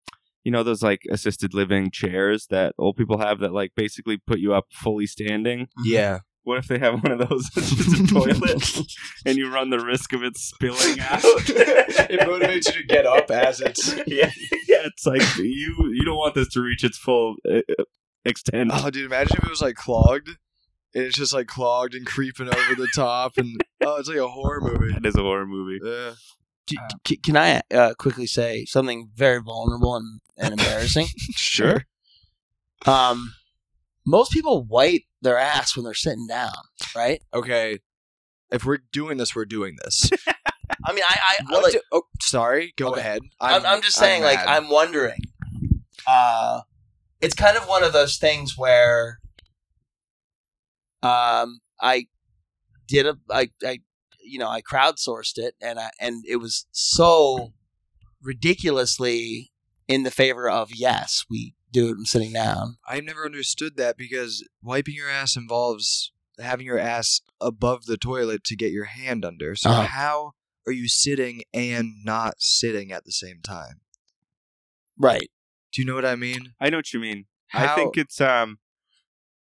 H: you know those like assisted living chairs that old people have that like basically put you up fully standing.
F: Yeah.
H: What if they have one of those as just a toilet, and you run the risk of it spilling out?
F: it motivates you to get up as it's.
H: yeah, yeah. It's like you you don't want this to reach its full uh, extent.
F: Oh, dude, imagine if it was like clogged. And it's just like clogged and creeping over the top. And oh, it's like a horror movie.
H: That is a horror movie.
F: Yeah.
G: C- c- can I uh, quickly say something very vulnerable and, and embarrassing?
F: Sure.
G: um, most people wipe their ass when they're sitting down, right?
F: Okay. If we're doing this, we're doing this.
G: I mean, I, I, I
F: What
G: like,
F: do- oh, sorry. Go
G: Okay.
F: ahead.
G: I'm, I'm just saying, like,
F: mad.
G: I'm wondering. Uh, it's kind of one of those things where, um, I did a, I, I, you know, I crowdsourced it, and I, and it was so ridiculously in the favor of yes, we do it. I'm sitting down.
F: I've never understood that because wiping your ass involves having your ass above the toilet to get your hand under. So
G: Uh-huh.
F: how are you sitting and not sitting at the same time?
G: Right.
F: Do you know what I mean?
H: I know what you mean. I
F: How-
H: think it's um,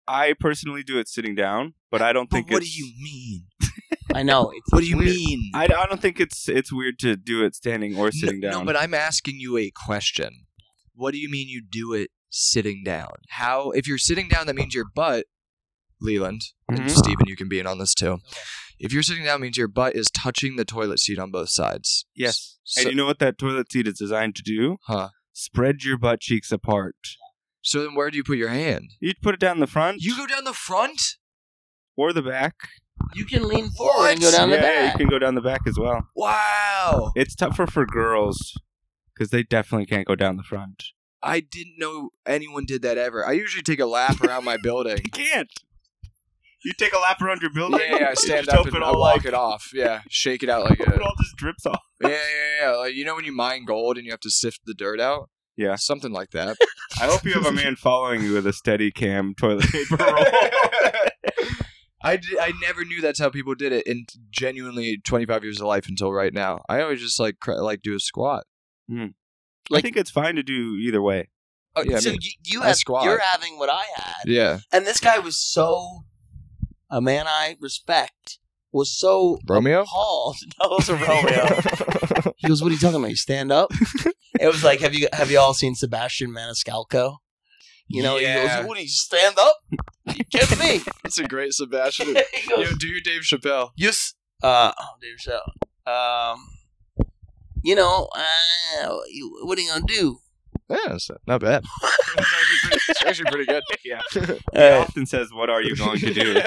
H: I personally do it sitting down, but I don't
F: But
H: think.
F: what do
H: it's-
F: you mean?
G: I know. It's,
F: What do you
H: weird.
F: mean?
H: I, I don't think it's it's weird to do it standing or sitting
F: no,
H: down.
F: No, but I'm asking you a question. What do you mean you do it sitting down? How if you're sitting down that means your butt Leland and
H: Mhm.
F: Steven, you can be in on this too. If you're sitting down it means your butt is touching the toilet seat on both sides.
H: yes.
F: So-
H: and you know what that toilet seat is designed to do?
F: Huh.
H: Spread your butt cheeks apart.
F: So then where do you put your hand?
H: You put it down the front
F: You go down the front?
H: or the back.
G: you can lean forward and
F: What?
G: go down
H: yeah,
G: the
H: yeah,
G: back.
H: you can go down the back as well.
F: Wow.
H: It's tougher for girls because they definitely can't go down the front.
F: I didn't know anyone did that ever. I usually take a lap around my building.
H: They can't. You take a lap around your
F: Yeah,
H: building.
F: yeah, yeah, I
H: you
F: stand
H: just
F: up
H: hope
F: and
H: it
F: I
H: all,
F: walk
H: like-
F: it off. Yeah, shake it out like
H: hope
F: a
H: it all just drips off.
F: yeah, yeah, yeah. yeah. Like, you know when you mine gold and you have to sift the dirt out?
H: Yeah.
F: Something like that.
H: I hope you have a man following you with a steady cam toilet paper roll.
F: I, di- I never knew that's how people did it in genuinely 25 years of life until right now. I always just like cr- like do a squat.
H: I think it's fine to do either way.
G: Oh,
F: Yeah, I
G: so
F: mean,
G: you, you
F: I
G: have,
F: squat.
G: you're having what I had.
F: Yeah.
G: And this guy was so a man I respect was so
H: Oh.
F: Romeo?
G: appalled. That was a
F: Oh,
G: Romeo. he goes, "What are you talking about? You stand up?" It was like, "Have you have you all seen Sebastian Maniscalco?" You know, he
F: Yeah.
G: goes, "What do you stand up?" You get me?
F: That's a great Sebastian.
G: he
F: Yo,
G: goes,
F: do your Dave Chappelle.
G: "Yes." Uh, oh, dear show. Um, you know, uh, you- what are you gonna do?
F: Yeah, it's not bad. it's, actually pretty, it's actually pretty good.
H: Yeah. He
G: Uh,
H: often says, "What are you going to do?"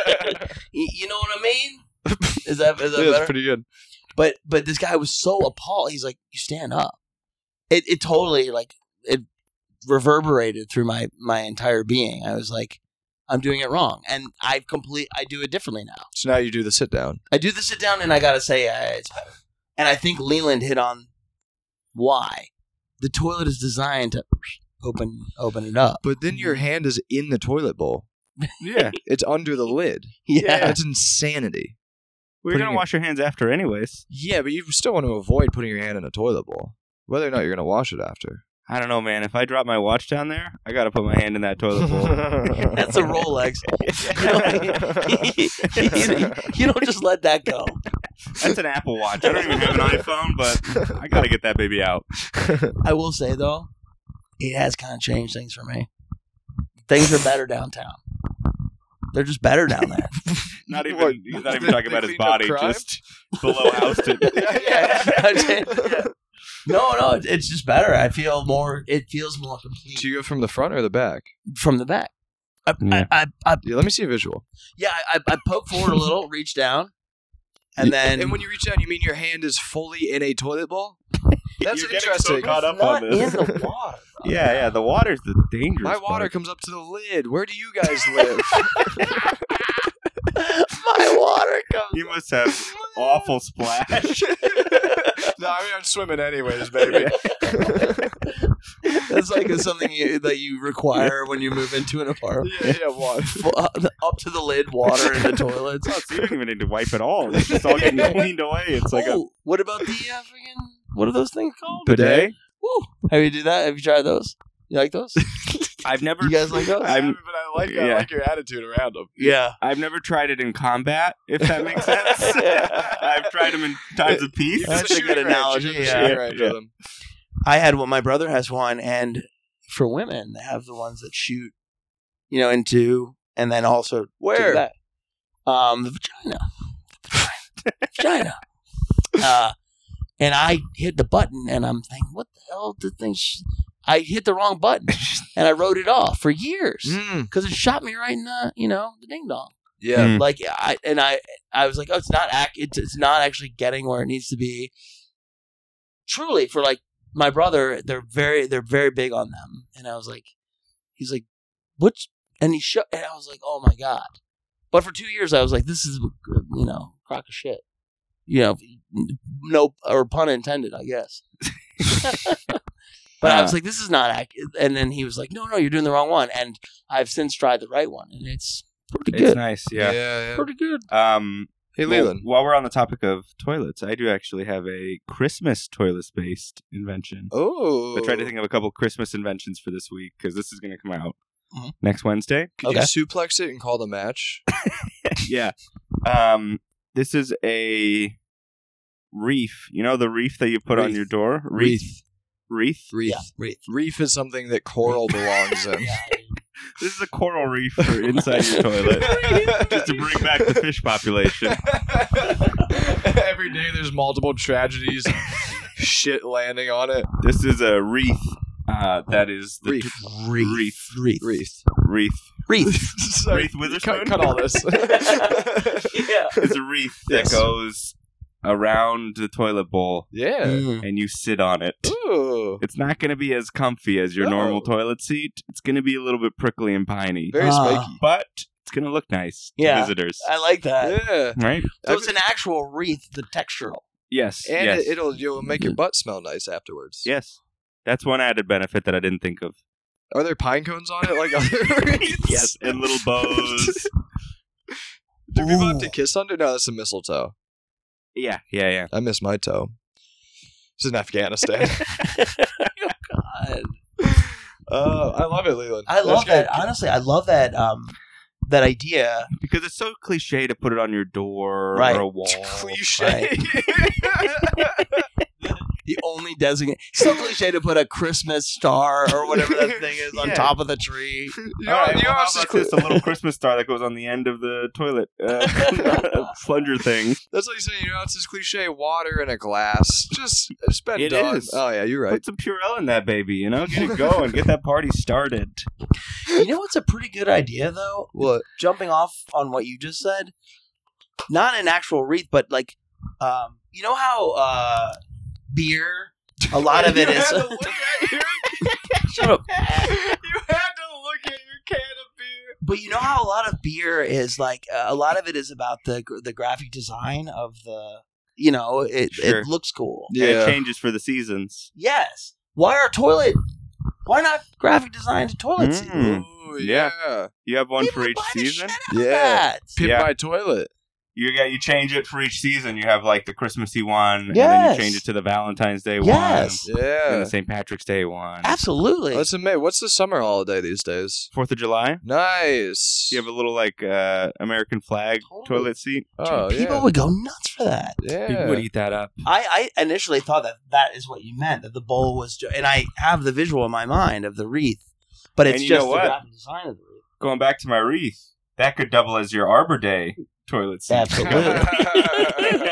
G: you, you know what I mean? Is that is that
F: Yeah,
G: better?
F: it's pretty good.
G: But but this guy was so appalled. He's like, "You stand up." It it totally like it reverberated through my my entire being. I was like, "I'm doing it wrong," and I've complete. I do it differently now.
F: So now you do the sit down.
G: I do the sit down, and I gotta say, uh, it's better. And I think Leland hit on why the toilet is designed to open open it up.
F: But then your hand is in the toilet bowl.
H: Mm-hmm. yeah,
F: It's under the lid.
G: Yeah,
F: That's insanity.
H: We're
F: Putting
H: gonna
F: it-
H: wash your hands after, anyways.
F: Yeah, but you still want to avoid putting your hand in a toilet bowl, whether or not you're going to wash it after.
H: I don't know, man. If I drop my watch down there, I gotta put my hand in that toilet bowl.
G: That's a Rolex. you don't just let that go.
H: That's an Apple Watch. I don't even have an iPhone, but I gotta get that baby out.
G: I will say though, it has kind of changed things for me. Things are better downtown. They're just better down there.
H: Not even
F: What?
H: he's not even
F: They-
H: talking
F: they
H: about his
F: cleaned up
H: body,
F: crime?
H: just below house to
G: I'm saying- no, no, it- it's just better. I feel more. It feels more complete
F: Do you go from the front or the back?
G: from the back. I,
H: Yeah.
G: I, I, I,
F: Yeah, let me see a visual.
G: yeah, I, I poke forward a little, reach down, and then
F: And when you reach down, you mean your hand is fully in a toilet bowl? That's
H: You're getting so
F: interesting.
H: caught up
G: not
H: on this.
G: in the water.
H: Yeah, yeah. The water's the dangerous.
F: My water
H: part.
F: comes up to the lid. Where do you guys live?
G: My water comes.
H: You must have awful splash.
F: no, I mean I'm swimming anyways,
G: That's like something you, that you require when you move into an apartment.
F: yeah, yeah, water.
G: Fu- Up to the lid, water in the toilets.
H: Oh, so you don't even need to wipe at all. It's just all getting cleaned away. It's like a
G: oh, what about the uh, freaking? What are those things called?
H: bidet.
G: Woo. Have you do that? Have you tried those? You like those?
H: I've never,
G: You guys like those?
H: I'm-
F: but I like
H: yeah.
F: your attitude around them.
G: yeah.
H: I've never tried it in combat. If that makes sense, I've tried them in times of peace.
G: That's a good analogy, yeah.
H: Yeah.
G: I had one. My brother has one, and for women, they have the ones that shoot, you know, into and then also to
F: Where?
G: the back. Um, the vagina, vagina. Uh, and I hit the button, and I'm thinking, what the hell did thing? Sh-? I hit the wrong button, and I wrote it off for years
H: Mm.
G: because it shot me right in the, you know, the ding dong.
F: Yeah.
G: like I and I I was like, oh, it's not ac- it's, it's not actually getting where it needs to be. Truly, for like my brother, they're very they're very big on them, and I was like, he's like, what's and he shut and I was like, oh my god. But for two years, I was like, this is you know crock of shit, you know, no or pun intended, I guess. but I was like, this is not ac-. and then he was like, no, no, you're doing the wrong one, and I've since tried the right one, and it's pretty good.
H: It's nice,
F: Yeah.
H: yeah.
G: Pretty good.
H: Um,
F: Hey,
H: well,
F: Leland.
H: while we're on the topic of toilets, I do actually have a Christmas toilet-based invention.
F: Oh.
H: I tried to think of a couple Christmas inventions for this week because this is going to come out
G: Mhm.
H: next Wednesday.
F: Could
G: Okay.
F: you suplex it and call the match?
H: yeah. Um, this is a reef. You know the reef that you put on
F: Wreath.
H: your door? Wreath. Wreath.
F: Reef.
G: Yeah, wreath.
F: Reef is something that coral belongs in.
H: This is a coral reef for inside your toilet. Just to bring back the fish population.
F: Every day there's multiple tragedies and shit landing on it.
H: This is a wreath uh, that is the
F: Reef.
H: Wreath. Wreath.
G: Wreath.
F: Wreath.
H: Wreath.
F: Sorry.
H: Wreath Witherspoon?
F: Cut, cut all this.
G: Yeah.
H: It's a wreath
F: Yes.
H: that goes around the toilet bowl
F: yeah.
H: and you sit on it.
G: Mm.
F: Ooh.
H: It's not going to be as comfy as your
F: No.
H: normal toilet seat. It's going to be a little bit prickly and piney,
F: Very
G: Ah.
F: spiky.
H: but it's going to look nice to
G: Yeah.
H: visitors.
G: I like that.
F: Yeah.
H: Right?
G: So it's an actual wreath, the textural.
H: Yes.
F: And
H: yes.
F: it, it'll you'll make your butt smell nice afterwards.
H: yes. That's one added benefit that I didn't think of.
F: Are there pine cones on it like other wreaths?
H: and little bows.
F: Do people have
G: Ooh.
F: to kiss under? No, that's a mistletoe.
H: yeah, yeah, yeah.
F: I miss my toe. This is in Afghanistan. uh, I love it, Leland.
G: I
F: That's
G: love
F: great.
G: that. Honestly, I love that um that idea.
H: Because it's so cliche to put it on your door
G: Right.
H: or a wall.
F: Cliche.
G: The only designate so cliche to put a Christmas star or whatever that thing is on
H: Yeah.
G: top of the tree.
F: You
H: All
F: know-
H: right,
F: you know
H: well, how
F: what's
H: about
F: cl-
H: this? A little Christmas star that goes on the end of the toilet uh, plunger thing.
F: That's like saying, you know, it's this cliche water in a glass. Just, it's been
H: It
F: done.
H: is.
F: Oh, yeah, you're right.
H: Put some Purell in that baby, you know? Get it going. Get that party started.
G: You know what's a pretty good idea though?
F: What?
G: Jumping off on what you just said, not an actual wreath, but like um you know how uh beer a lot of it
F: You
G: is
F: had to look at your-
G: Shut up.
F: you had to look at your can of beer.
G: But you know how a lot of beer is like uh, a lot of it is about the gr- the graphic design of the you know it
H: Sure.
G: it looks cool.
H: And it changes for the seasons.
G: Yes. Why are toilet? Why not graphic design to toilets?
H: Mm.
F: Ooh,
H: Yeah.
F: yeah.
H: You have one
G: People
H: for each
G: buy the
H: season.
G: shit out of
F: Yeah.
G: that.
F: Pip
H: Yeah.
F: my toilet.
H: you get you change it for each season. You have like the Christmassy one, and then
G: Yes.
H: you change it to the Valentine's Day
G: Yes.
H: one, and
F: Yeah.
H: the St. Patrick's Day one,
G: Absolutely.
F: Let's admit, what's the summer holiday these days?
H: Fourth of July.
F: Nice.
H: You have a little like uh, American flag toilet seat.
F: oh,
G: People
F: yeah.
G: would go nuts for that.
F: yeah.
H: People would eat that up.
G: I, I initially thought that that is what you meant that the bowl was, ju- and I have the visual in my mind of the wreath, but it's
H: And you
G: just
H: know what?
G: the graphic design of the wreath.
H: Going back to my wreath, that could double as your Arbor Day toilet seat.
G: Absolutely.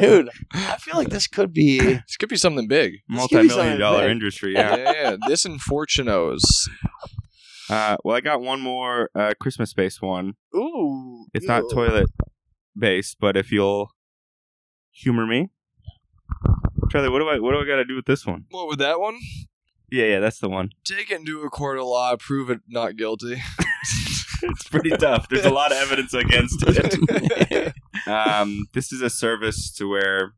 G: Dude, I feel like this could be.
F: this could be something big.
H: Multi-million dollar
G: big.
H: industry. Yeah.
F: Yeah, yeah. This and Fortunos.
H: Uh, well, I got one more uh, Christmas based one.
G: Ooh,
H: It's not toilet based, but if you'll humor me, Charlie, what do I what do I got to do with this one?
F: What would that one?
H: Yeah, yeah, that's the one.
F: Take it into a court of law, prove it not guilty.
H: It's pretty tough. There's a lot of evidence against it. um, this is a service to where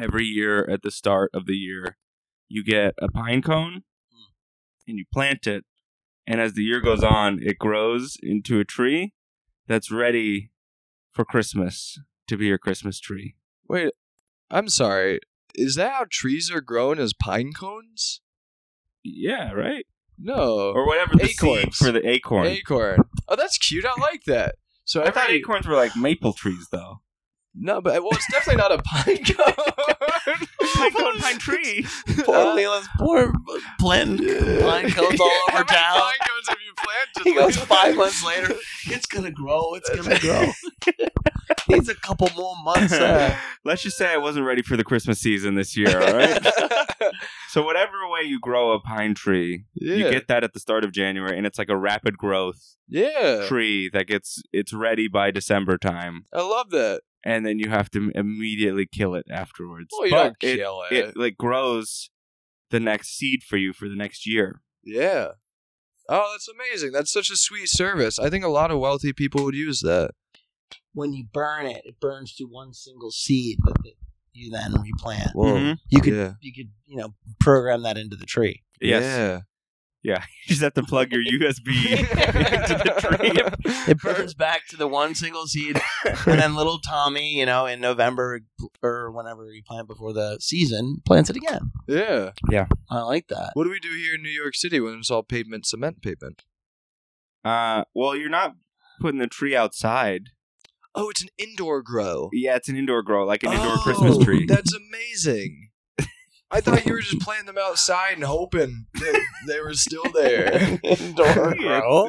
H: every year at the start of the year, you get a pine cone and you plant it. And as the year goes on, it grows into a tree that's ready for Christmas to be your Christmas tree.
F: Wait, I'm sorry. Is that how trees are grown as pine cones?
H: Yeah, right?
F: No.
H: Or whatever the seed
F: Acorns.
H: for the acorn.
F: Acorn. Oh, that's cute. I like that. So
H: I
F: every,
H: thought acorns were like maple trees, though.
F: No, but well, it's definitely not a pine cone.
H: Pine cone, pine tree.
G: poor Leland's poor planting line cones all
F: How
G: over
F: many
G: town.
F: pine cones have you planted?
G: He goes
F: Leland?
G: five months later. It's gonna grow. It's gonna grow. Needs a couple more months. Uh,
H: Let's just say I wasn't ready for the Christmas season this year, all right? so whatever way you grow a pine tree,
F: Yeah.
H: you get that at the start of January and it's like a rapid growth
F: yeah.
H: tree that gets it's ready by December time
F: I love that.
H: and then you have to immediately kill it afterwards.
F: Well, Oh, you
H: but
F: don't
H: it,
F: kill it.
H: it like grows the next seed for you for the next year.
F: Yeah. Oh, that's amazing. That's such a sweet service. I think a lot of wealthy people would use that.
G: when you burn it, it burns to one single seed that that you then replant.
F: Whoa.
H: Mhm.
G: You could
F: Yeah.
G: you could you know program that into the tree.
H: Yes.
F: Yeah.
H: You just have to plug your USB into the tree.
G: It burns back to the one single seed, and then little Tommy, you know, in November or whenever you plant before the season, plants it again.
F: Yeah.
G: I like that.
F: What do we do here in New York City when it's all pavement, cement pavement?
H: Uh, well, you're not putting the tree outside.
F: Oh, it's an indoor grow.
H: Yeah, it's an indoor grow, like an indoor
F: Oh,
H: Christmas tree.
F: That's amazing. I thought you were just planting them outside and hoping that they were still there.
G: indoor
H: Yeah.
G: grow.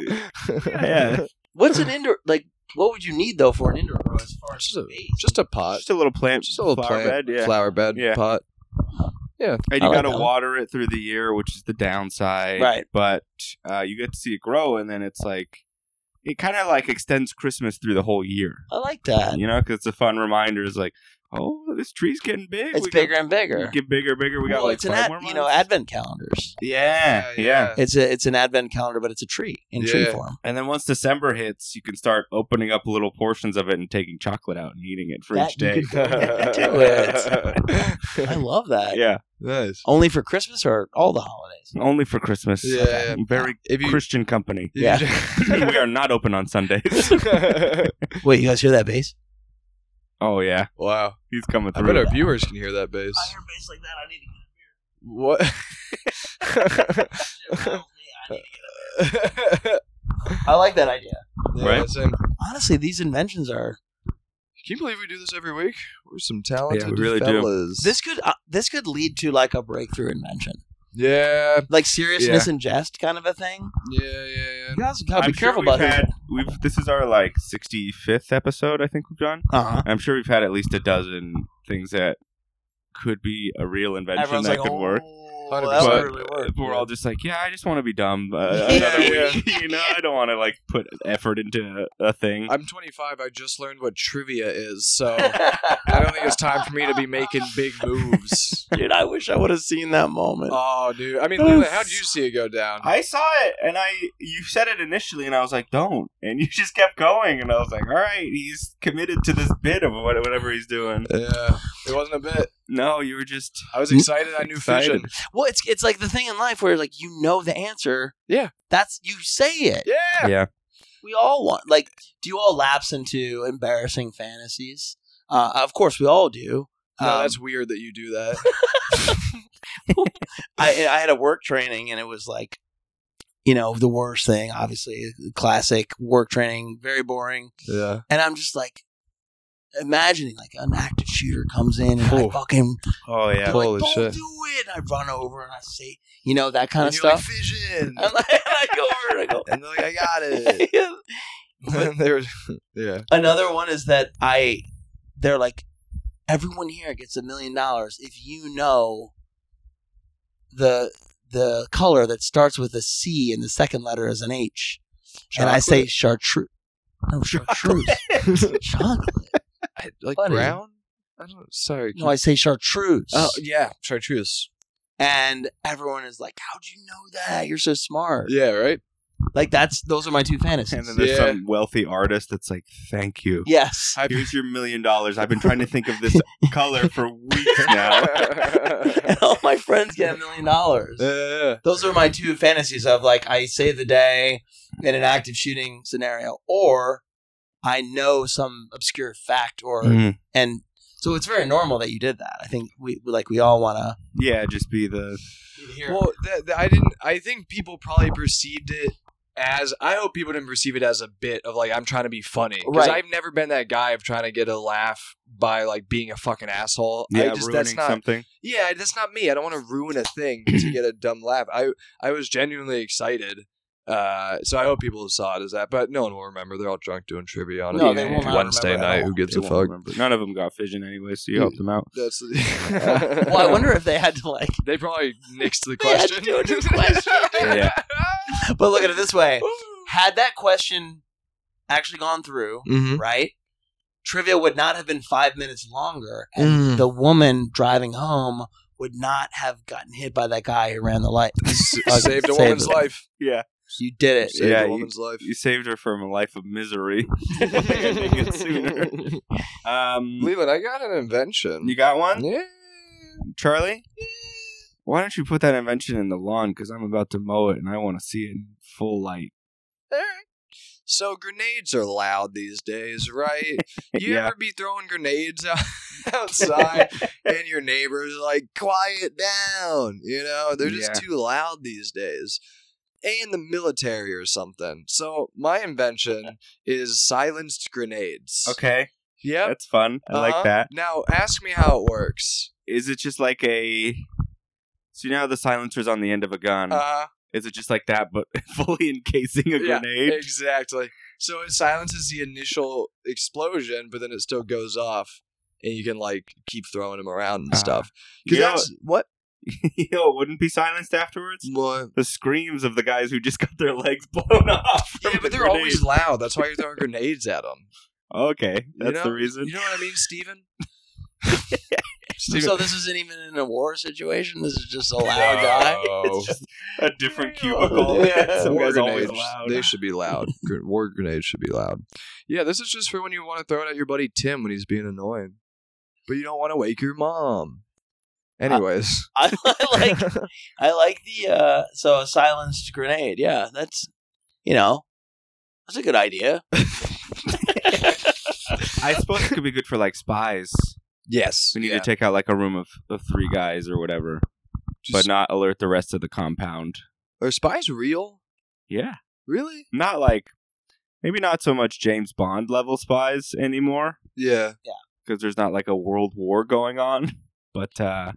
H: Yeah.
G: What's an indoor like? What would you need though for an indoor grow as far as
F: Just a,
G: space?
F: just a pot.
H: Just a little plant,
F: Just a little
H: flower
F: plant.
H: bed, yeah.
F: Flower bed
H: Yeah.
F: pot.
H: and you
G: I like
H: gotta
G: that one.
H: water it through the year, which is the downside.
G: Right.
H: But uh, you get to see it grow, and then it's like it kind of like extends Christmas through the whole year.
G: I like that.
H: You know, because it's a fun reminder. It's like, oh, this tree's getting big.
G: It's
H: We
G: bigger
H: got-
G: and bigger.
H: Get bigger, bigger. We got
G: well,
H: like
G: it's an
H: five
G: ad,
H: more
G: you know
H: months.
G: advent calendars.
H: yeah, yeah,
G: It's a it's an advent calendar, but it's a tree in tree
F: Yeah.
G: form.
H: And then once December hits, you can start opening up little portions of it and taking chocolate out and eating it for
G: That
H: each
G: you
H: day.
G: Do it. I love that.
H: yeah,
F: Nice.
G: Only for Christmas or all the holidays.
H: only for Christmas.
F: Yeah, yeah.
H: very
F: If you,
H: Christian company.
F: if
G: Yeah.
H: we are not open on Sundays.
F: you-
G: Wait, you guys hear that bass?
H: oh yeah,
F: wow.
H: he's coming
F: I
H: through.
F: bet our viewers can hear that bass.
G: hear bass like that. I need
F: What?
G: I like that idea.
H: Right?
F: same. Can
G: Honestly, these inventions are.
F: you believe we do this every week? We're some talented
H: Yeah, we really do.
F: fellas.
G: This could uh, this could lead to like a breakthrough invention,
F: Yeah,
G: like seriousness and jest kind of a thing.
F: yeah, yeah,
G: You guys gotta
H: I'm
G: be
H: sure
G: careful
H: we've
G: about it.
H: had, we've this is our like 65th episode I think we've done.
G: Uh-huh.
H: I'm sure we've had at least a dozen things that could be a real invention
G: Everyone's
H: that
G: like,
H: could
G: oh,
H: work.
G: that's
H: But-
G: really work.
H: We're all just like, yeah, I just want to be dumb. Uh,
G: Yeah.
H: another
F: Yeah.
H: week, you know, I don't want to like put effort into a thing.
F: I'm 25. I just learned what trivia is, so I don't think it's time for me to be making big moves.
G: Dude, I wish I would have seen that moment.
F: Oh, dude. I mean, Leland, how did you see it go down?
H: I saw it and I you said it initially and I was like, "Don't." And you just kept going and I was like, "All right, he's committed to this bit of what- whatever he's doing."
F: Yeah, it wasn't a bit.
H: No, you were just
F: I was excited. I knew
H: Excited.
F: vision.
G: Well, it's it's like the thing in life where like you know the answer.
F: Yeah.
G: That's you say it.
F: Yeah.
H: Yeah.
G: we all want like do you all lapse into embarrassing fantasies uh, of course we all do
F: No,
G: Um,
F: that's weird that you do that.
G: I, I had a work training and it was like, you know, the worst thing, obviously, uh, classic work training, very boring.
F: yeah.
G: And I'm just like imagining like an active shooter comes in and
F: Oh.
G: I fucking
H: Oh yeah.
G: I'm like,
F: Holy
G: don't
F: shit.
G: do it. And I run over and I say, you know, that kind
F: And
G: of
F: you're like,
G: stuff.
F: "Vision!"
G: I'm like, I go over and I go,
F: and they're like, I got it. They were- yeah.
G: Another one is that I, they're like, everyone here gets a million dollars if you know the the color that starts with a C and the second letter is an H. And I say chartreuse. No, chartreuse. Chocolate.
F: I- like
G: funny.
F: brown. I don't. Sorry.
G: No, I say chartreuse.
F: oh yeah, chartreuse.
G: And everyone is like, how'd you know that? You're so smart.
F: Yeah, right.
G: Like, that's those are my two fantasies.
H: And then there's
F: Yeah.
H: some wealthy artist that's like, "Thank you.
G: yes.
H: Here's your million dollars. I've been trying to think of this color for weeks now."
F: yeah,
G: and all my friends get a million dollars.
F: yeah.
G: those are my two fantasies of like I save the day in an active shooting scenario, or I know some obscure fact, or and so it's very normal that you did that. I think we we- like we all want to
H: Yeah, just be the
G: hear.
F: Well, th- th- I didn't. I think people probably perceived it as. I hope people didn't perceive it as a bit of like I'm trying to be funny because
G: Right.
F: I've never been that guy of trying to get a laugh by like being a fucking asshole. I
H: yeah
F: just-
H: ruining
F: that's not.
H: something.
F: Yeah, that's not me. I don't want to ruin a thing to get a dumb laugh. I I was genuinely excited. Uh, so I hope people saw it as that, but no one will remember. They're all drunk doing trivia on
G: No,
F: a
G: they will not
F: Wednesday
G: remember at
F: night.
G: all.
F: Who gives
H: They
F: a
H: won't
F: fuck?
H: remember. None of them got vision anyway, so you helped them out.
F: That's
G: well, I wonder if they had to like.
F: They probably nixed the
G: They had
F: question.
G: to do a new question.
H: Yeah.
G: But look at it this way: had that question actually gone through,
F: Mm-hmm.
G: right? Trivia would not have been five minutes longer, and
F: Mm-hmm.
G: the woman driving home would not have gotten hit by that guy who ran the light.
F: S- saved a
G: Saved
F: woman's
G: it.
F: life.
H: Yeah,
G: You did it.
F: Saved
H: Yeah,
F: a
H: you-
F: woman's life.
H: you saved her from a life of misery. Ending it sooner. Um,
F: Leland, I got an invention.
H: you got one,
F: yeah.
H: Charlie? Why don't you put that invention in the lawn? Because I'm about to mow it, and I want to see it in full light.
F: So grenades are loud these days, right? You
H: yeah,
F: ever be throwing grenades out- outside and your neighbors are like, quiet down? You know, they're just
H: Yeah.
F: too loud these days. And the military or something. So my invention is silenced grenades.
H: okay,
F: Yep.
H: that's fun. I
F: Uh-huh.
H: like that.
F: Now ask me how it works.
H: Is it just like a? So you know how the silencer's on the end of a gun.
F: Uh,
H: Is it just like that, but fully encasing a
F: Yeah,
H: grenade?
F: exactly. So it silences the initial explosion, but then it still goes off, and you can like keep throwing them around and
H: Ah.
F: stuff.
H: You know-
F: what?
H: you know, it wouldn't be silenced afterwards.
F: What?
H: The screams of the guys who just got their legs blown off. from
F: Yeah, but
H: the
F: they're always
H: grenade.
F: loud. That's why you're throwing grenades at them.
H: okay. That's
F: know-
H: the reason.
F: You know what I mean, Steven? Steven.
G: So this isn't even in a war situation. This is just a loud guy.
F: No.
H: It's just a different cubicle.
G: Yeah.
H: Some
F: War
H: guy's always
F: grenades.
H: loud.
F: They should be loud. Gr- War grenades should be loud. Yeah, this is just for when you want to throw it at your buddy Tim when he's being annoying, but you don't want to wake your mom. Anyways.
G: I, like. I like the uh, so a silenced grenade. Yeah, that's you know that's a good idea.
H: I suppose it could be good for like spies.
F: yes.
H: We need to take out like a room of, of three guys or whatever, but not alert the rest of the compound.
F: Are spies real?
H: Yeah.
F: Really?
H: Not like, maybe not so much James Bond level spies anymore.
F: Yeah.
H: because there's not like a world war going on. But uh,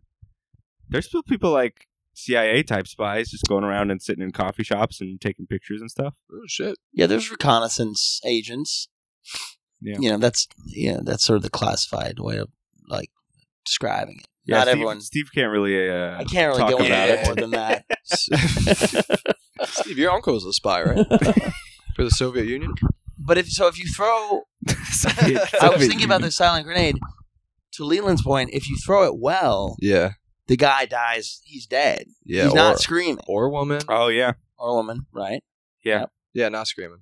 H: there's still people like CIA type spies just going around and sitting in coffee shops and taking pictures and stuff.
F: Oh shit.
G: Yeah, there's reconnaissance agents.
H: Yeah.
G: you know that's yeah that's sort of the classified way of like describing it.
H: Yeah,
G: Not
H: Steve,
G: everyone.
H: Steve can't really. Uh,
G: I can't really
H: Talk
G: go
F: about
G: into
F: it.
G: more than that.
F: Steve, your uncle was a spy, right? For the Soviet Union?
G: But if so, if you throw, I
H: I
G: was thinking about the silent grenade. To Leland's point, if you throw it well,
F: Yeah.
G: the guy dies. He's dead.
F: Yeah.
G: he's
F: or,
G: not screaming
F: or woman.
H: Oh yeah,
G: or woman, right?
F: Yeah, not screaming.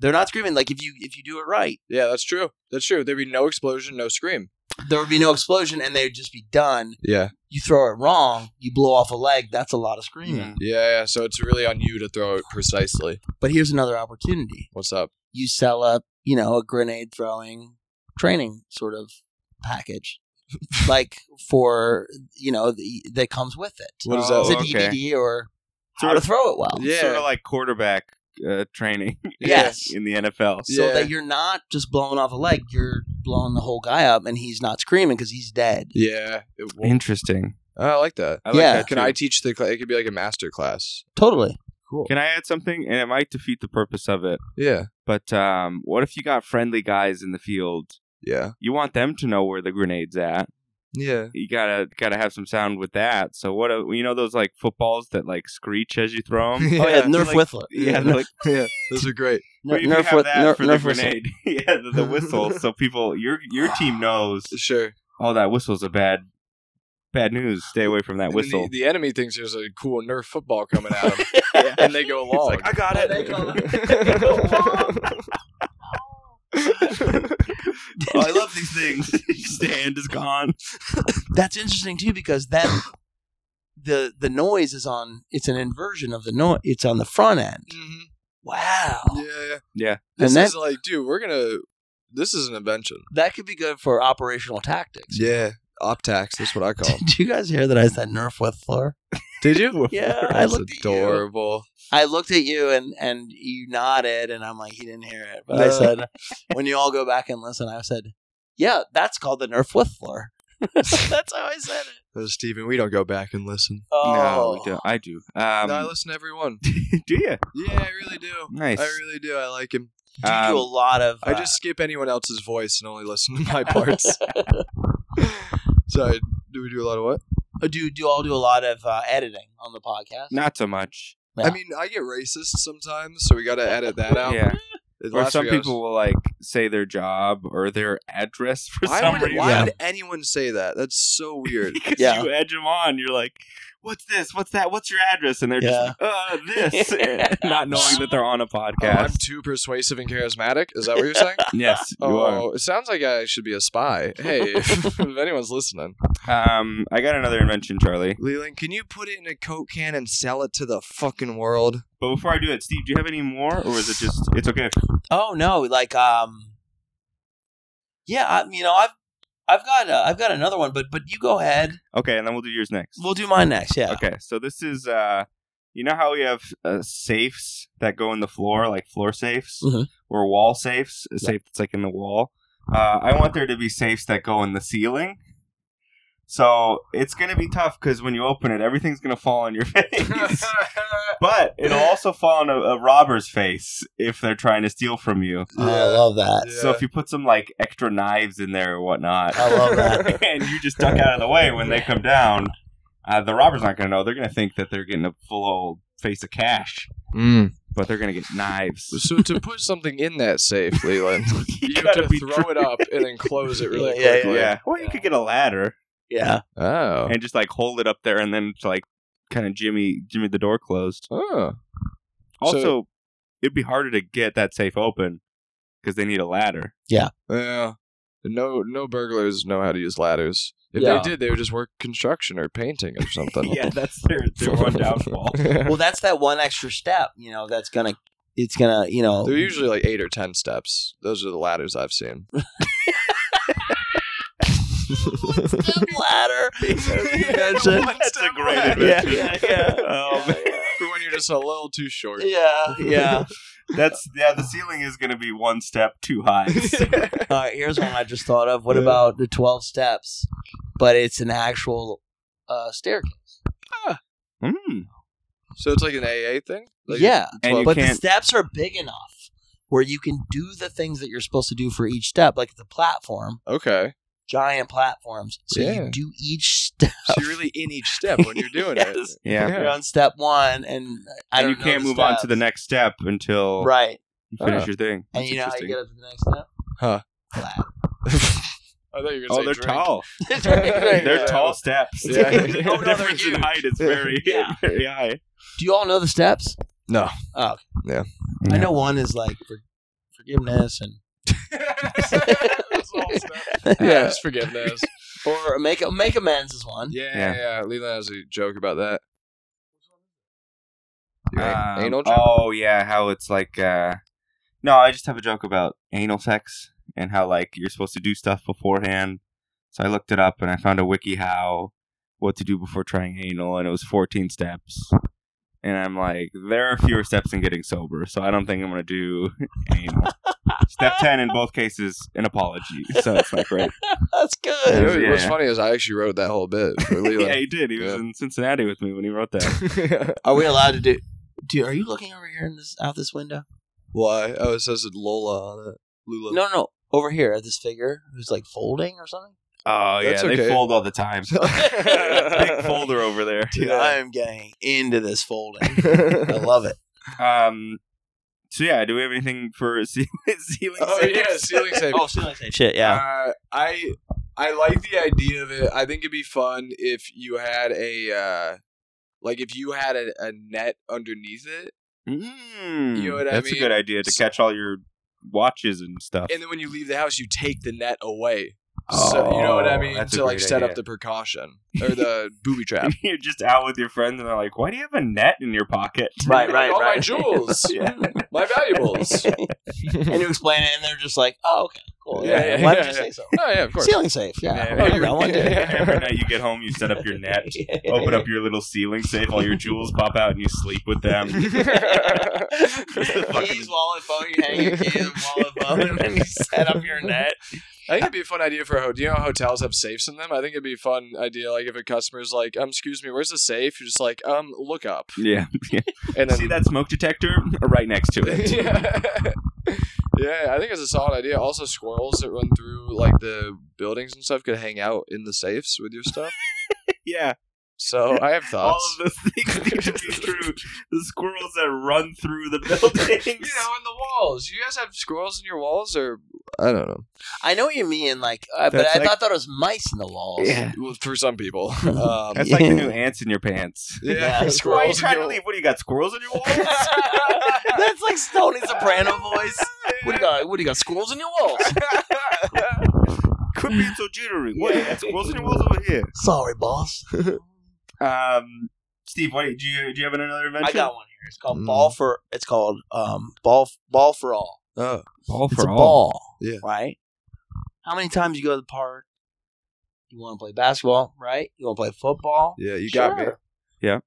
G: They're not screaming like if you if you do it right.
F: Yeah, that's true. That's true. There'd be no explosion, no scream.
G: there would be no explosion and they'd just be done.
F: Yeah.
G: You throw it wrong, you blow off a leg. That's a lot of screaming.
H: Yeah.
F: Yeah, yeah. So it's really on you to throw it precisely.
G: But here's another opportunity.
F: What's up?
G: You sell a, you know, a grenade throwing training sort of package. like for, you know, the, that comes with it.
F: What is
H: Oh,
G: It's a
F: that?
H: okay.
G: DVD or how
H: Sort
G: to
H: of-
G: throw it well.
F: Yeah.
H: Sort of like quarterback uh, training
G: Yes.
H: in the NFL.
G: So
F: Yeah.
G: that you're not just blowing off a leg, you're blowing the whole guy up and he's not screaming because he's dead.
F: Yeah. It will-
H: Interesting.
F: Oh, I like that.
H: I
G: Yeah.
H: Like that
F: Can
H: too.
F: I teach the class? It could be like a master class.
G: Totally.
F: Cool.
H: Can I add something? And it might defeat the purpose of it.
F: Yeah.
H: But um, what if you got friendly guys in the field?
F: Yeah.
H: You want them to know where the grenade's at.
F: Yeah.
H: You gotta gotta have some sound with that. So what? A, you know those like footballs that like screech as you throw them.
G: Oh, yeah, Nerf
H: like-
G: Whistler.
H: yeah,
G: Nerf,
H: they're like
F: Yeah. Those are great.
H: What if you
G: Nerf,
H: have
G: Whist-
H: that
G: Nerf,
H: for
G: Nerf
H: the
G: Whistler.
H: grenade? yeah, the, the whistle. So people, your your team knows.
F: Sure.
H: Oh, that whistle's a bad, bad news. Stay away from that
F: And then
H: whistle.
F: The, the enemy thinks there's a cool Nerf football coming at him, and they go
H: It's
F: along.
H: like I got
G: They
H: it.
G: go-
H: Oh, I love these things. Just the hand is gone.
G: That's interesting too because then the the noise is on. It's an inversion of the noise. It's on the front end.
F: Mhm.
G: Wow,
F: Yeah, yeah.
H: Yeah.
F: This
G: And that-
F: is like, dude, we're gonna. This is an invention.
G: that could be good for operational tactics.
F: Yeah, optax. That's what I call. 'em.
G: Did you guys hear that I said Nerf Whistler?
F: Did you?
G: Yeah, I
F: That's
G: looked at you.
F: adorable.
G: I looked at you and and you nodded, and I'm like, he didn't hear it. But I said, when you all go back and listen, I said, yeah, that's called the Nerf Whistler. that's how I said it.
F: Oh, Steven, we don't go back and listen.
H: No,
G: Oh,
H: we don't. I do. Um,
F: no, I listen to everyone.
H: do you?
F: Yeah, I really do.
H: Nice.
F: I really do. I like him.
G: do you
H: Um,
G: do a lot of?
F: I
G: uh,
F: just skip anyone else's voice and only listen to my parts. Sorry, do we do a lot of what?
G: Oh, do you do all do a lot of uh, editing on the podcast.
H: Not so much.
G: Yeah.
F: I mean, I get racist sometimes, so we got to edit that out.
H: Yeah.
F: It
H: Or
F: lasts
H: some
F: for guys.
H: people will like say their job or their address for
F: Why,
H: some
F: would,
H: reason.
F: why
G: Yeah.
F: would anyone say that? That's so weird.
H: because
G: Yeah.
H: you edge them on. You're like, "What's this? What's that? What's your address?" And they're just uh, this, not knowing that they're on a
F: Oh, I'm
H: podcast.
F: too persuasive and charismatic. Is that what you're saying?
H: yes, you
F: Oh, it sounds like I should be a spy. Hey, if, anyone's listening,
H: are. Um, I got another invention, Charlie.
F: Leland, can you put it in a coke can and sell it to the fucking world?
H: But before I do it, Steve, do you have any more, or is it just it's okay?
G: Oh no, like um, yeah, I, you know, I've I've got uh, I've got another one, but but you go ahead.
H: Okay, and then we'll do yours next.
G: We'll do mine next. Yeah.
H: Okay, so this is uh, you know how we have uh, safes that go in the floor, like floor safes
G: Mhm.
H: or wall safes, a safe that's like in the wall. Uh, I want there to be safes that go in the ceiling. So it's gonna be tough because when you open it, everything's gonna fall on your face. but it'll also fall on a, a robber's face if they're trying to steal from you.
G: Oh, I love that.
H: So if you put some like extra knives in there or whatnot,
G: I love that.
H: and you just duck out of the way when they come down, uh, the robber's not going to know. They're going to think that they're getting a full old face of cash,
F: Mm.
H: but they're going to get knives.
F: So to put something in that safe, Leland, you have to
H: gotta be
F: throw it up and then close it really
G: Yeah, yeah,
F: quickly.
H: Yeah. Or you could get a ladder
G: Yeah.
F: Oh.
H: and just like hold it up there and then to, like kind of jimmy jimmy the door closed.
F: Oh.
H: Also,
F: So-
H: it'd be harder to get that safe open because they need a ladder.
F: Yeah. No, no burglars know how to use ladders. If
G: Yeah.
F: they did, they would just work construction or painting or something.
H: that's their, their one downfall.
G: Well, that's that one extra step. You know, that's gonna. It's gonna. You know.
F: They're usually like eight or ten steps. Those are the ladders I've seen.
G: step ladder.
H: that's
G: Imagine.
H: a great
G: Yeah,
H: invention.
G: yeah, yeah.
H: Oh, man.
F: For when you're just a little too short.
G: Yeah. Yeah.
H: That's yeah. The ceiling is going to be one step too high.
G: All right. Here's one I just thought of. What about the twelve steps? But it's an actual uh, staircase.
H: Mm.
F: So it's like an AA thing. Like,
G: yeah.
H: And you
G: but the
H: can't.
G: steps are big enough where you can do the things that you're supposed to do for each step, like the platform,
F: Okay.
G: giant platforms. So
F: Yeah.
G: you do each step.
F: So you're really in each step when you're doing
G: Yes.
F: it.
H: Yeah.
G: You're on step one, and uh, I
H: and
G: don't
H: you can't
G: know
H: move on to the
G: steps.
H: next step until
G: Right.
H: you finish
F: Oh.
H: your thing.
G: And
H: That's
G: you know how you
H: interesting.
G: get up to the next step?
F: Huh.
G: Flat.
F: I thought you were gonna
H: Oh,
F: say
H: they're
F: drink.
H: tall.
F: Right,
H: They're
F: yeah.
H: tall steps.
F: Yeah.
H: the
F: Oh, no, they're
H: difference in
F: huge.
H: height is very,
G: Yeah.
H: very high.
G: Do you all know the steps?
F: No.
G: Oh. okay.
F: Yeah.
G: I know one is like for forgiveness and
F: That's
G: yeah.
F: Just forgiveness.
G: Or make make amends is one.
F: Yeah, yeah,
H: Yeah.
F: yeah. Leland has a joke about that. Your
H: Um,
F: anal joke?
H: oh yeah, how it's like. uh No, I just have a joke about anal sex and how like you're supposed to do stuff beforehand. So I looked it up and I found a wiki how what to do before trying anal, and it was 14 steps. And I'm like, there are fewer steps in getting sober, so I don't think I'm gonna do anal. Step 10 in both cases, an apology. So it's like right.
G: That's
F: You
G: good.
F: know,
H: yeah,
F: What's
H: yeah.
F: funny is I actually wrote that whole bit for
H: yeah,
F: Leland.
H: he did. He was
F: Yeah.
H: in Cincinnati with me when he wrote that.
G: Are we allowed to do? Do are you looking over here in this out this window?
F: Why? Oh, it says Lola on it. Lula.
G: No, no, no. Over here at this figure who's like folding or something.
H: Oh yeah,
F: That's okay.
H: they fold all the time. Big folder over there.
G: Dude, I am getting into this folding. I
F: no.
G: love it.
H: Um. So yeah, do we have anything for ce- ceiling?
F: oh
H: safe?
F: yeah, ceiling safe.
G: Oh, shit! Shit, yeah.
F: Uh, I I like the idea of it. I think it'd be fun if you had a uh, like if you had a, a net underneath it,
H: Mm,
F: You know what I
H: that's
F: mean?
H: a good idea to catch all your watches and stuff.
F: and then when you leave the house, you take the net away. so you know what I
H: Oh,
F: mean
H: that's a
F: to like
H: great
F: set up
H: idea.
F: the precaution or the booby trap.
H: You're just out with your friends, and they're like, "Why do you have a net in your pocket?"
G: Right, right,
F: All Oh my
G: right.
F: jewels, my valuables.
G: and you explain it, and they're just like, "Oh, okay, cool.
F: Yeah,
G: Yeah,
F: yeah,
G: Why
F: yeah,
G: did you
F: yeah.
G: say so?
F: Oh yeah, of course.
G: Ceiling safe. Yeah,
H: Yeah,
G: I
H: yeah,
G: remember that one, dude.
F: yeah,
H: Every night you get home, you set up your net, open up your little ceiling safe, all your jewels pop out, and you sleep with them.
G: Keys, wallet, phone. You hang your key in the wallet, phone, and then you set up your net.
F: I think it'd be a fun idea for a ho- do you know how hotels have safes in them? I think it'd be a fun idea like if a customer's like, um, excuse me, where's the safe? You're just like, um, look up.
H: yeah, yeah.
F: And then
H: See that smoke detector right next to it.
F: yeah. yeah, I think it's a solid idea. Also, squirrels that run through like the buildings and stuff could hang out in the safes with your stuff.
H: yeah.
F: So I have
H: all
F: thoughts.
H: of those things need to be true. The squirrels that run through the buildings.
F: you know, in the walls. You guys have squirrels in your walls, or I don't know.
G: I know what you mean, like, uh, but
H: That's
G: I
H: like-
G: thought that was mice in the walls.
H: Yeah.
F: Well, for some people, um,
H: That's like the new ants in your pants.
F: yeah,
G: Yeah,
H: Why are you
F: squirrels. in
H: trying to
F: your-
H: leave? What do you got? Squirrels in your walls?
G: That's like Stony Soprano voice. What do you got? What do you got? Squirrels in your walls.
H: Quit being so jittery. What? you got Squirrels in your walls over here.
G: Sorry, boss.
H: Um, Steve, what do you- do you do? You have another invention?
G: I got one here. It's called
F: Mm.
G: ball for. It's called um ball ball for all.
F: Oh,
H: Ball
G: it's a ball.
F: Yeah.
G: Right. How many times you go to the park? You want to play basketball, right? You want to play football.
F: yeah, you got me.
G: Sure.
H: Yeah.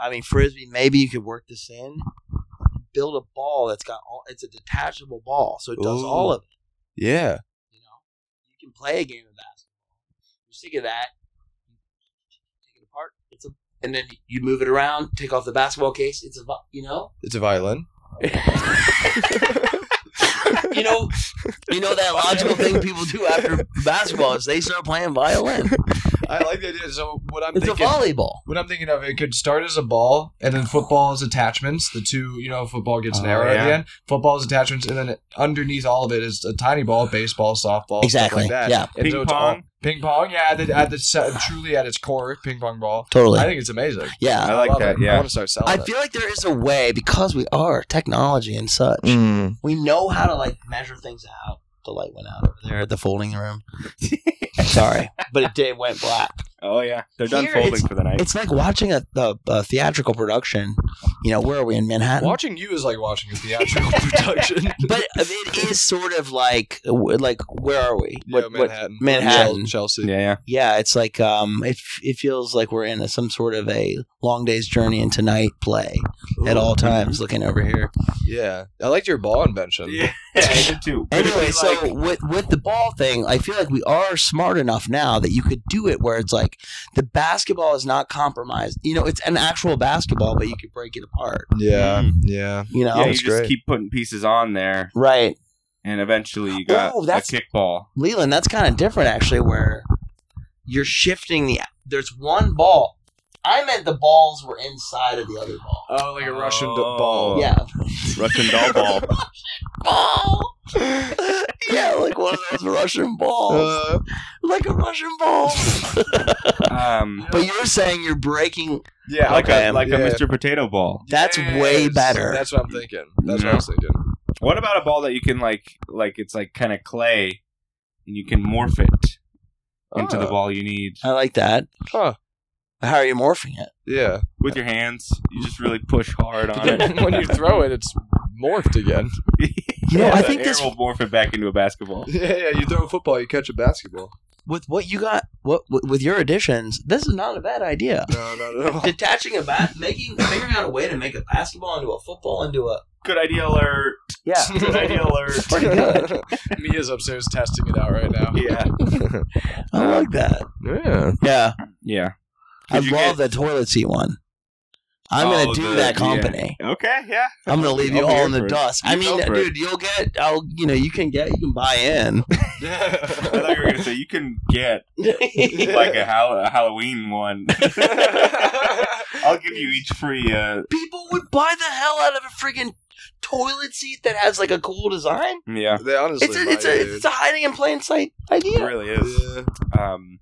G: I mean, frisbee. Maybe you could work this in. Build a ball that's got all. It's a detachable ball, so it does
F: Ooh.
G: all of it.
F: Yeah,
G: You know, you can play a game of basketball. You're sick of that. Take it apart. It's a, and then you move it around. Take off the basketball case. It's a, vi- you know,
F: it's a violin.
G: you know, you know that logical thing people do after basketball is they start playing violin.
F: I like the idea. So what I'm
G: It's a
F: thinking.
G: volleyball.
F: what I'm thinking of, it could start as a ball, and then football is attachments. The two, you know, football gets an
H: Oh,
F: arrow at the
H: yeah.
F: end. Football is attachments, and then underneath all of it is a tiny ball, baseball, softball,
G: Exactly,
F: stuff like that.
G: yeah.
F: And
H: Ping
F: it's
H: pong.
F: all- ping pong. Yeah, at the, at the se- truly at its core, ping pong ball. I
G: Totally.
F: think it's amazing.
G: Yeah.
H: I like
F: love
H: that,
F: it. I
H: yeah.
F: want to start selling.
G: I
F: it.
G: feel like there is a way because we are technology and such.
F: Mm.
G: We know how to like measure things out. The light went out over there at the folding room. Sorry, but it did went black.
H: Oh yeah, they're done
G: Here,
H: folding
G: it's-
H: for the night.
G: It's like watching a, a, a theatrical production. You know, where are we in Manhattan?
F: watching you is like watching a theatrical production.
G: But it is sort of like, like, where are we?
F: Yeah,
G: What- what-
F: Manhattan,
G: Manhattan.
F: Chelsea.
H: Yeah, yeah.
G: yeah, it's like um, it it feels like we're in a, some sort of a long day's journey into night play at all times. Looking over here.
F: Yeah, I liked your ball invention.
H: Yeah, I did too.
G: Anyway, so
H: Like,
G: with with the ball thing, I feel like we are smart enough now that you could do it where it's like the basketball is not compromised. You know, it's an actual basketball, but you could break it apart.
F: yeah,
H: Mm.
F: yeah.
G: You know,
H: yeah, you
F: that's
H: just
F: great.
H: keep putting pieces on there,
G: right?
H: and eventually you got
G: Oh,
H: a
G: that's-
H: kickball.
G: Leland, that's kind of different actually, where you're shifting the. There's one ball. I meant the balls were inside of the other ball.
F: Oh, like a Russian d-
H: Oh.
F: ball.
G: yeah.
H: Russian doll ball.
G: Ball! yeah, like one of those Russian balls.
F: Uh,
G: like a Russian ball.
H: Um,
G: but you're saying you're breaking.
F: yeah,
H: like
F: okay,
H: a like
F: yeah.
H: a Mr. Potato Ball.
G: That's way
F: Yes,
G: better.
F: That's what I'm thinking. That's what I was thinking.
H: What about a ball that you can like, like it's like kind of clay, and you can morph it into the
F: Oh.
H: ball you need
G: I like that.
F: Huh.
G: How are you morphing it?
F: Yeah.
H: with your hands. You just really push hard on
F: But
H: it.
F: then when you throw it, it's morphed again.
G: You know, I
H: The
G: think
H: air
G: this-
H: will morph it back into a basketball.
F: Yeah, yeah. You throw a football, you catch a basketball.
G: With what you got, what with with your additions, this is not a bad idea.
F: No, not
G: Oh.
F: at all.
G: Detaching a bat, making figuring out a way to make a basketball into a football into a
H: Good idea alert.
G: yeah.
H: Good idea alert.
F: Mia's upstairs testing it out right now.
H: Yeah.
G: I like that.
F: Yeah.
G: Yeah,
H: Yeah.
G: I
H: Did you
G: love the toilet seat one. I'm
H: Oh,
G: gonna do
H: the-
G: that
H: yeah.
G: company.
H: Okay. Yeah.
G: I'm gonna leave
H: I'll
G: you
H: be
G: all
H: here
G: in the
H: for it.
G: dust. I
H: You
G: mean,
H: go for it.
G: dude, you'll get. I'll, you know, you can get, you can buy in.
H: I thought you were gonna say you can get
G: People
H: like a, Hall- a Halloween one. I'll give you each free. Uh,
G: would buy the hell out of a friggin' toilet seat that has like a cool design.
H: yeah,
F: They honestly
G: It's a,
F: might,
G: it's a,
F: dude.
G: it's a hiding in plain sight
H: it
G: idea.
H: really is. Um,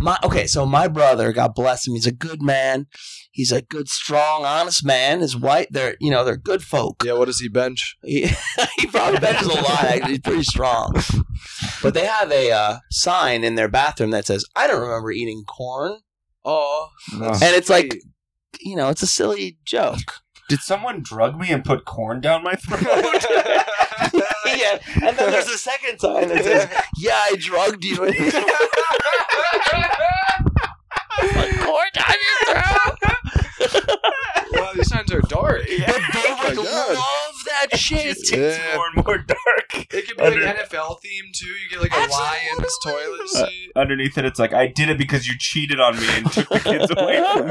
G: My okay, so my brother, God bless him, he's a good man. He's a good, strong, honest man. His wife, they're you know, they're good folk.
F: Yeah, what does he bench?
G: He, he probably benches a lot. Actually, he's pretty strong. But they have a uh, sign in their bathroom that says, "I don't remember eating corn,"
F: Oh, that's
G: and it's like,
F: sweet.
G: you know, it's a silly joke.
H: did someone drug me and put corn down my throat?
G: yeah, and then there's a second sign that says, "Yeah, I drugged you."
B: More time you throw.
F: wow, these signs are dark.
G: But they
F: my
G: would
F: God.
G: love that shit.
H: It's more and more dark.
F: It could be
H: Under-
F: like NFL theme too. You get like a lion's toilet seat.
H: Underneath it, it's like I did it because you cheated on me and took the kids away from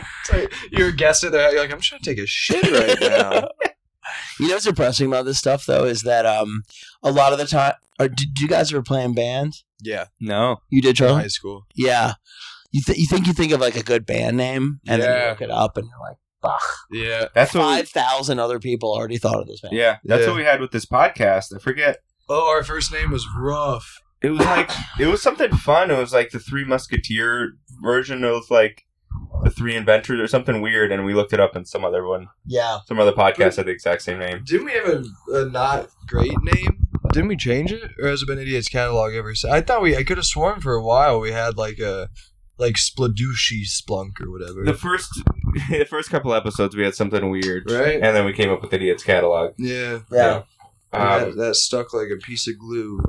F: It's like you're a guest at there. You're like, I'm trying to take a shit right now.
G: You know what's depressing about this stuff though is that um a lot of the time or did you guys ever play in bands?
F: yeah,
H: No,
G: You did Charlie?
F: high school.
G: Yeah. You th- you think you think of like a good band name and then
F: Yeah.
G: you look it up and you're like, fuck.
F: Yeah,
H: that's what.
G: Five thousand other people already thought of this band.
H: we, yeah, that's
F: Yeah.
H: what we had with this podcast. I forget.
F: Oh, our first name was Rough.
H: It was like it was something fun. It was like the Three Musketeer version of like the Three Inventors or something weird. And we looked it up in some other one,
G: Yeah.
H: some other podcast had the exact same name.
F: Didn't we have a, a not great name? Didn't we change it, or has it been Idiot's Catalog ever since? I thought we. I could have sworn for a while we had like a like Spladooshy Splunk or whatever.
H: The first the first couple episodes we had something weird,
F: Right?
H: And then we came up with Idiot's Catalog.
F: yeah.
G: Yeah.
H: Um,
F: that, that stuck like a piece of glue.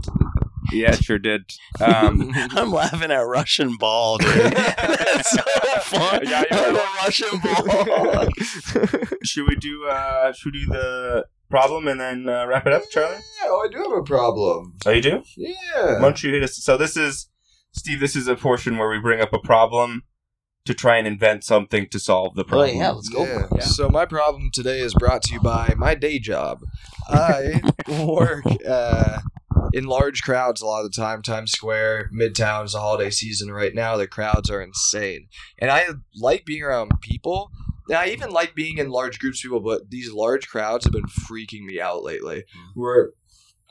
H: yeah, it sure did. Um,
G: I'm laughing at Russian ball, dude. That's so fun.
H: Yeah, you
G: I'm
H: are.
G: a Russian ball.
H: should we do uh, should we do the problem and then uh, wrap it up, Charlie?
F: Yeah, oh, I do have a problem.
H: Oh, you do? Why
F: Yeah.
H: don't you hit us? So this is Steve. This is a portion where we bring up a problem to try and invent something to solve the
G: Oh
H: problem.
G: yeah, let's go.
F: Yeah.
G: for it.
F: So my problem today is brought to you by my day job. I work uh, in large crowds a lot of the time. Times Square, Midtown is the holiday season right now. The crowds are insane, and I like being around people. And I even like being in large groups of people, but these large crowds have been freaking me out lately. Where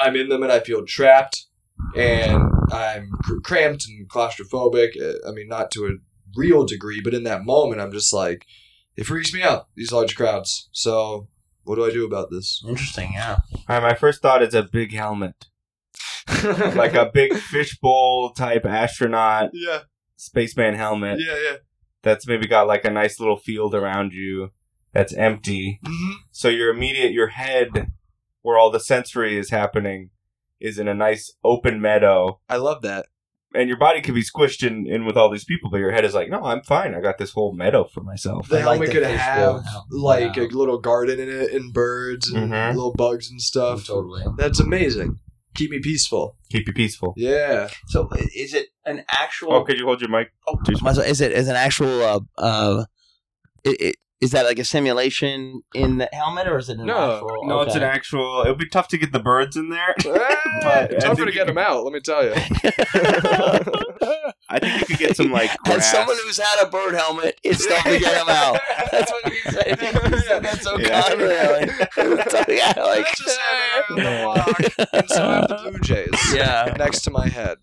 F: I'm in them and I feel trapped, and I'm cr- cramped and claustrophobic. Uh, I mean, not to a real degree, but in that moment, I'm just like, it freaks me out these large crowds. So, what do I do about this?
G: Interesting, yeah.
H: All right, my first thought is a big helmet, like a big fishbowl type astronaut
F: yeah,
H: spaceman helmet
F: yeah, yeah.
H: that's maybe got like a nice little field around you that's empty.
F: hmm
H: So your immediate your head, where all the sensory is happening, is in a nice open meadow,
F: I love that.
H: and your body could be squished in, in with all these people, but your head is like, no, I'm fine. I got this whole meadow for myself.
F: The
G: I like
F: helmet
G: the
F: could
G: fish
F: have
G: bowl helmet.
F: like
G: Yeah.
F: a little garden in it and birds and
H: Mhm.
F: little bugs and stuff.
G: Totally.
F: That's amazing. Keep me peaceful.
H: Keep you peaceful.
F: Yeah.
G: So i- is it an actual
H: Oh, could you hold your mic?
G: Oh,
H: Just-
G: might as well- is it is an actual uh, uh it, it, is that like a simulation in the helmet or is it an
F: No,
G: actual
H: No, it's an
G: okay.
H: actual. It would be tough to get the birds in there. I
F: It's
H: think
F: tougher to
H: you
F: get
H: could-
F: them out. Let me tell you.
H: I think you could get some like
G: As
H: grass.
G: someone who's had a bird helmet, it's tough to get him out. That's what you said. You said that so
H: Yeah.
G: confidently. So, yeah, like,
F: Let's just say I'm on the walk, and so have the Blue Jays
G: yeah.
F: next to my head.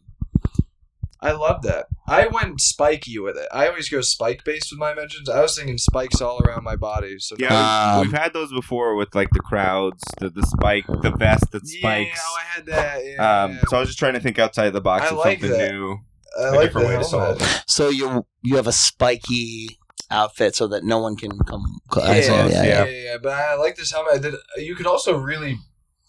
F: I love that. I went spiky with it. I always go spike based with my mentions. I was thinking spikes all around my body. So
H: Yeah, we've-
G: Um,
H: we've had those before with like the crowds, the the spike, the vest that spikes.
F: Yeah, oh, I had that. Yeah,
H: um, so I was just trying to think outside the box
F: I
H: of
F: like
H: something
F: that.
H: new.
F: I
H: a
F: like
H: different
F: the
H: way to solve
F: helmet.
G: So you you have a spiky outfit so that no one can come. cl- I
F: Yeah,
G: see,
F: yeah, yeah,
G: yeah,
F: yeah, But I like this helmet. I did, you could also really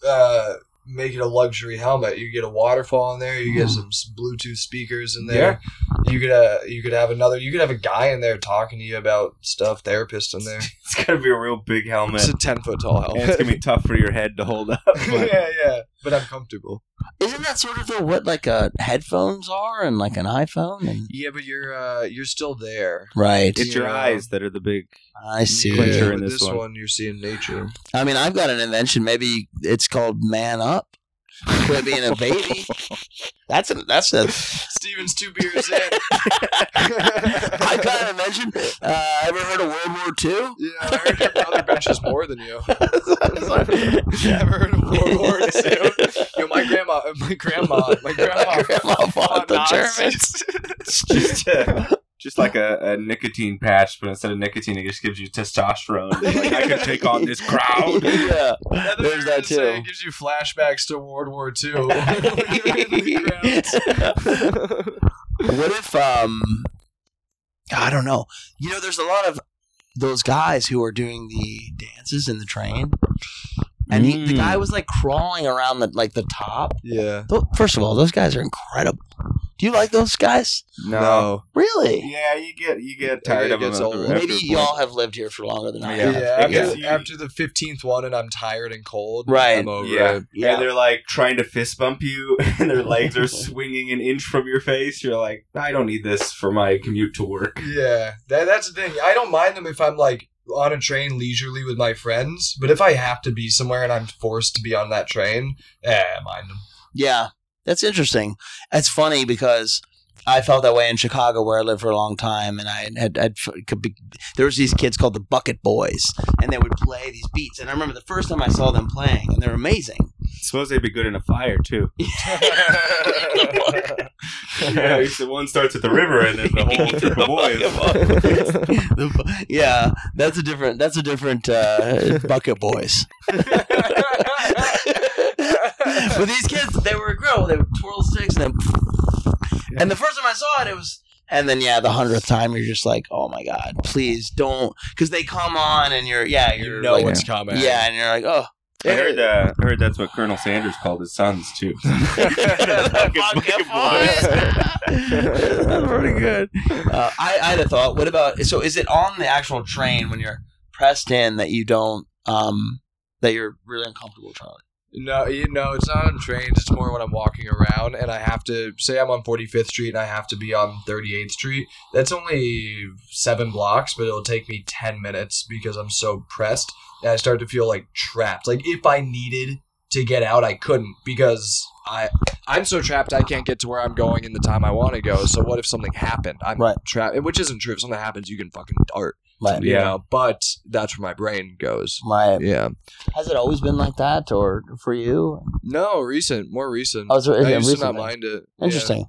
F: uh, make it a luxury helmet. You get a waterfall in there. You get
G: Hmm.
F: some s- Bluetooth speakers in there. You could uh, you could have another. You could have a guy in there talking to you about stuff. Therapist in there.
H: It's gotta be a real big helmet.
F: It's a ten foot tall
H: and it's
F: helmet.
H: gonna be tough for your head to hold up. but-
F: yeah, yeah. But I'm comfortable.
G: Isn't that sort of the, what like uh, headphones are and like an iPhone? And,
F: Yeah, but you're uh, you're still there.
G: right.
H: It's your
F: Yeah.
H: eyes that are the big.
G: I see.
H: Clincher
F: Yeah,
H: in
F: but
H: this one.
F: You're seeing nature.
G: I mean, I've got an invention. Maybe it's called Man Up. Quit being a baby. That's a, that's a.
F: Steven's two beers in.
G: I've got an invention. Uh, ever heard of World War Two?
F: Yeah, I heard your brother benches more than you.
G: Yeah.
F: Never heard of World War II. Yo, my grandma, my grandma, my grandma,
G: grandma fought the
F: Oh, Nazis.
H: just, uh, just like a, a nicotine patch, but instead of nicotine, it just gives you testosterone. Like, I can take on this
F: Oh,
H: crowd.
G: yeah,
F: I thought you
G: there's
F: were
G: that
F: gonna say
G: too.
F: It gives you flashbacks to World War II. When you were in the grounds.
G: what if um I don't know. You know, there's a lot of those guys who are doing the dances in the train. And he, the
H: Mm.
G: guy was like crawling around the like the top.
F: yeah.
G: Tho- First of all, those guys are incredible. Do you like those guys?
H: Mm,
F: No.
G: Really?
H: Yeah, you get you get tired
F: it
H: of them.
F: gets
H: after-
F: old.
H: after a
G: Maybe
H: point.
G: y'all have lived here for longer than I
H: Yeah.
F: Yeah.
G: have.
H: I guess
F: after,
H: you-
F: after the fifteenth one, and I'm tired and cold.
G: Right.
F: I'm over
H: Yeah.
F: it.
H: And they're like trying to fist bump you, and their legs are swinging an inch from your face. You're like, I don't need this for my commute to work.
F: Yeah, that, that's the thing. I don't mind them if I'm like on a train leisurely with my friends, but if I have to be somewhere and I'm forced to be on that train, eh, mind them.
G: Yeah, that's interesting. It's funny because I felt that way in Chicago, where I lived for a long time, and I had I'd, could be, there was these kids called the Bucket Boys, and they would play these beats. And I remember the first time I saw them playing, and they're amazing.
H: Suppose they'd be good in a fire too. yeah, it's the one starts at the river, and then the whole group of boys.
G: The bu- yeah, that's a different that's a different uh, Bucket Boys. but these kids, they were a girl. They would twirl sticks and then, and the first time I saw it, it was. And then yeah, the hundredth time you're just like, oh my god, please don't, because they come on and you're yeah you're like,
F: what's coming.
G: yeah and you're like oh
H: I heard, uh, I heard that's what Colonel Sanders called his sons too.
G: That's pretty good. Uh, I, I had a thought. What about so? Is it on the actual train when you're pressed in that you don't um that you're really uncomfortable, Charlie?
F: No, you know, it's not on trains. It's more when I'm walking around and I have to say I'm on 45th Street and I have to be on 38th Street. That's only seven blocks, but it'll take me 10 minutes because I'm so pressed and I start to feel like trapped. Like if I needed to get out, I couldn't because I I'm so trapped I can't get to where I'm going in the time I want to go. So what if something happened? I'm
G: Right.
F: trapped, which isn't true. If something happens, you can fucking dart.
G: Right.
F: You
H: Yeah.
F: know, but that's where my brain goes.
G: Right.
F: Yeah.
G: Has it always been like that, or for you?
F: No, recent, more recent.
G: Oh, so is
F: I
G: it
F: used to not
G: recently?
F: mind it. Yeah.
G: Interesting.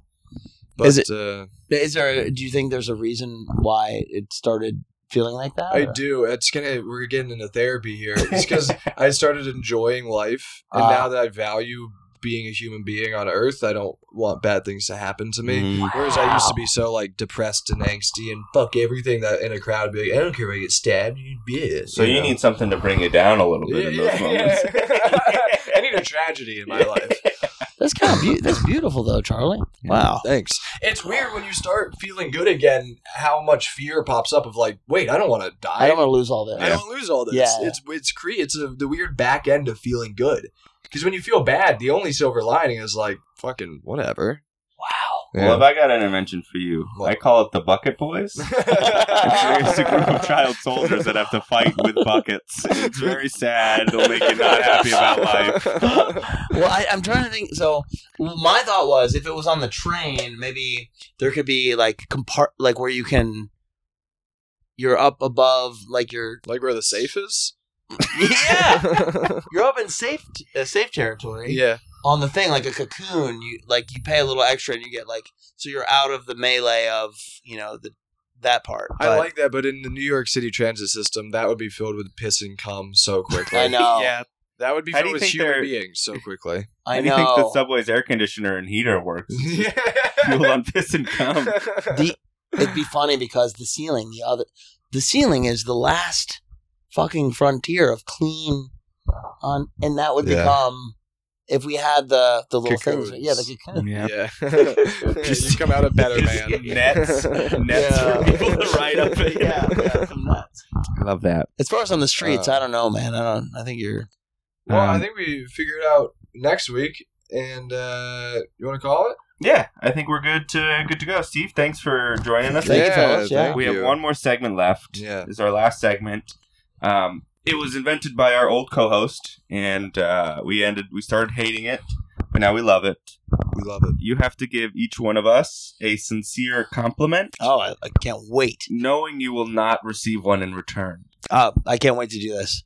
F: But
G: Is it-
F: uh,
G: Is there? Do you think there's a reason why it started feeling like that?
F: I
G: or-
F: do. It's gonna. We're getting into therapy here. It's because I started enjoying life, and
G: Ah.
F: now that I value being a human being on Earth, I don't want bad things to happen to
G: Mm.
F: me. Whereas I used to be so like depressed and angsty and fuck everything that in a crowd would be like, I don't care if I get stabbed. You bitch.
H: So you
F: know?
H: need something to bring it down a little bit
F: Yeah,
H: in
F: yeah,
H: those moments.
F: yeah. I need a tragedy in my life.
G: That's kind of be- that's beautiful though, Charlie. Wow.
F: Thanks. It's weird when you start feeling good again. How much fear pops up of like, wait, I don't want to die.
G: I don't want to lose all this.
F: I don't lose all this.
G: Yeah.
F: It's it's cre- it's a, the weird back end of feeling good. Because when you feel bad, the only silver lining is like fucking whatever. Wow.
H: Well, have I got an invention for you? I call it the Bucket Boys. It's a group of child soldiers that have to fight with buckets. It's very sad. They'll make you not happy about life.
G: well, I, I'm trying to think. So my thought was, if it was on the train, maybe there could be like compart, like where you can, you're up above, like you're,
F: like where the safe is.
G: yeah, you're up in safe, uh, safe territory.
F: Yeah.
G: on the thing like a cocoon you like you pay a little extra and you get like so you're out of the melee of you know the that part
F: I
G: But
F: like that, but in the New York City transit system, that would be filled with piss and cum so quickly.
G: i know
H: yeah.
F: That would be
H: How do
F: filled
H: you
F: with
H: think
F: human
H: they're-
F: beings so quickly.
G: i
H: and you think the
G: know
H: subway's air conditioner and heater works?
F: yeah.
H: Fuel on piss and cum.
G: the, it'd be funny because the ceiling the other the ceiling is the last fucking frontier of clean on and that would
F: Yeah.
G: become if we had the the little things
F: Cocoons.
G: yeah the cocoon
H: Yeah.
F: Yeah. you come out a better
H: Just
F: man.
H: Nets, nets
G: Yeah.
H: for people to ride up in.
G: yeah, yeah, some nuts.
H: I love that.
G: as far as on the streets
F: Uh,
G: i don't know man i don't i think you're
F: Well, I
H: Um,
F: think we figure it out next week. And uh, you want to call it?
H: Yeah, I think we're good to good to go. Steve, thanks for joining us.
G: Thank you, fellas. Yeah.
F: thank
H: we have
F: you.
H: one more segment left.
F: Yeah.
H: This is our last segment. Um, it was invented by our old co-host, and uh, we ended. We started hating it, but now we love it.
F: We love it.
H: You have to give each one of us a sincere compliment,
G: oh i, I can't wait
H: knowing you will not receive one in return.
G: uh, i can't wait to do this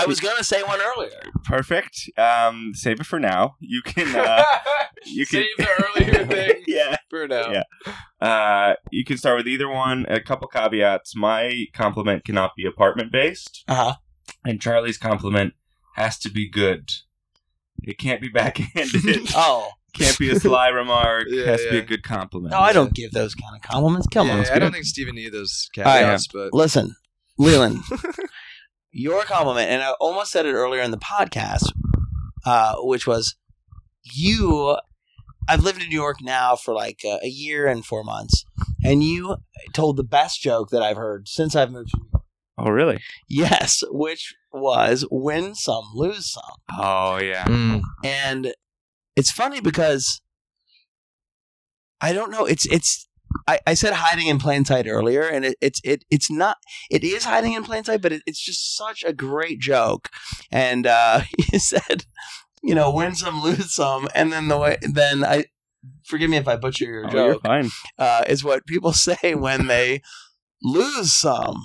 F: I
G: was gonna say one earlier
H: Perfect. Um, save it for now. You can. Uh, you can.
F: Save the earlier thing
H: yeah.
F: for now.
H: Yeah. Uh, you can start with either one. A couple caveats. My compliment cannot be apartment based,
G: uh-huh
H: and Charlie's compliment has to be good. It can't be backhanded.
G: oh
H: can't be a sly remark.
F: Yeah,
H: has to be a
F: yeah.
H: good compliment.
G: no i don't give those kind of compliments come
F: Yeah,
G: on
F: I don't think Steven needed those
G: right.
F: caveats, but
G: listen, Leland, your compliment, and I almost said it earlier in the podcast, uh, which was you. I've lived in New York now for like uh, a year and four months, and you told the best joke that I've heard since I've moved. to New York.
H: Oh, really?
G: Yes, which was win some, lose some.
H: Oh, yeah.
G: And it's funny because I don't know. It's it's I, I said hiding in plain sight earlier, and it, it's it it's not it is hiding in plain sight, but it, it's just such a great joke. And uh, you said, you know, win some, lose some, and then the way then I forgive me if I butcher your
H: Oh, you're
G: joke
H: fine.
G: uh, is what people say when they lose some,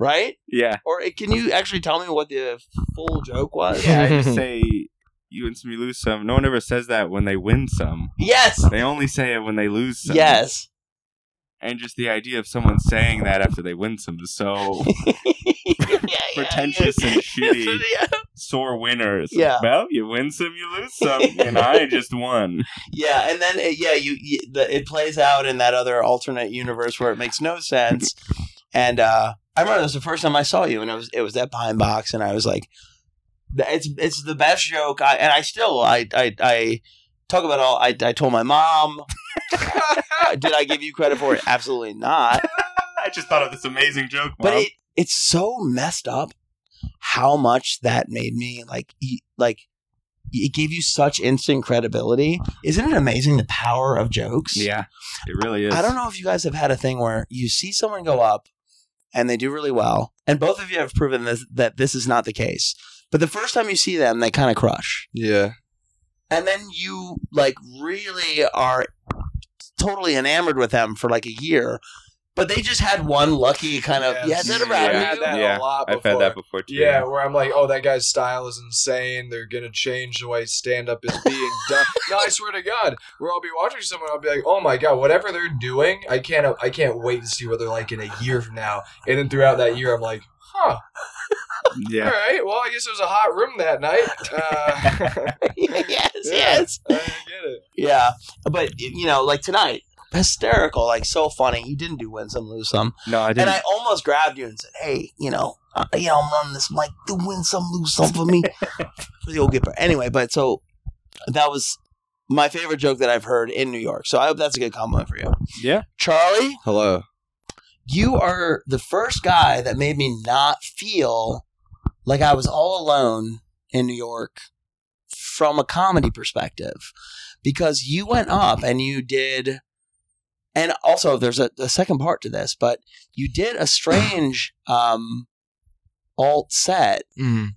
G: right?
H: Yeah.
G: Or it, can you actually tell me what the full joke was?
H: Yeah. I just say you win some, you lose some. No one ever says that when they win some.
G: Yes.
H: They only say it when they lose some.
G: Yes.
H: And just the idea of someone saying that after they win some is so pretentious and shitty.
G: yeah.
H: sore winners.
G: Yeah.
H: Well, you win some, you lose some, and I just won.
G: Yeah, and then it, yeah, you, you the, it plays out in that other alternate universe where it makes no sense. And uh, I remember it was the first time I saw you, and it was it was that pine box, and I was like, th- it's it's the best joke. I and I still I I, I talk about all. I I told my mom. Did I give you credit for it? Absolutely not.
H: I just thought of this amazing joke, Mom.
G: but it, it's so messed up how much that made me like e- like it gave you such instant credibility isn't it amazing the power of jokes
H: yeah, it really is.
G: i don't know if you guys have had a thing where you see someone go up and they do really well and both of you have proven this, that this is not the case but the first time you see them they kind of crush
F: yeah,
G: and then you like really are totally enamored with them for like a year but they just had one lucky kind of yeah, is that
H: Yes.
G: a rap?
F: I've
H: Yeah.
F: had that
H: Yeah,
F: a lot.
H: I've
F: Before.
H: had that before too.
F: Yeah, where I'm like, oh, that guy's style is insane. They're gonna change the way stand up is being done. no, I swear to God, where I'll be watching someone, I'll be like, oh my God, whatever they're doing, I can't, I can't wait to see what they're like in a year from now. And then throughout that year, I'm like, huh, all
H: yeah.
F: right, well, I guess it was a hot room that night. Uh,
G: yes,
F: Yeah.
G: yes.
F: I get it.
G: Yeah. But, you know, like tonight, hysterical, like so funny. You didn't do win some, lose some.
H: No, I
G: And
H: didn't.
G: I almost grabbed you and said, hey, you know, uh, you know, I'm running this mic. Do win some, lose some for me. for the old gipper. Anyway, but so that was my favorite joke that I've heard in New York. So I hope that's a good compliment for you.
H: yeah.
G: Charlie,
F: Hello.
G: you are the first guy that made me not feel like I was all alone in New York from a comedy perspective because you went up and you did and also there's a, a second part to this but you did a strange um alt set
F: Mm.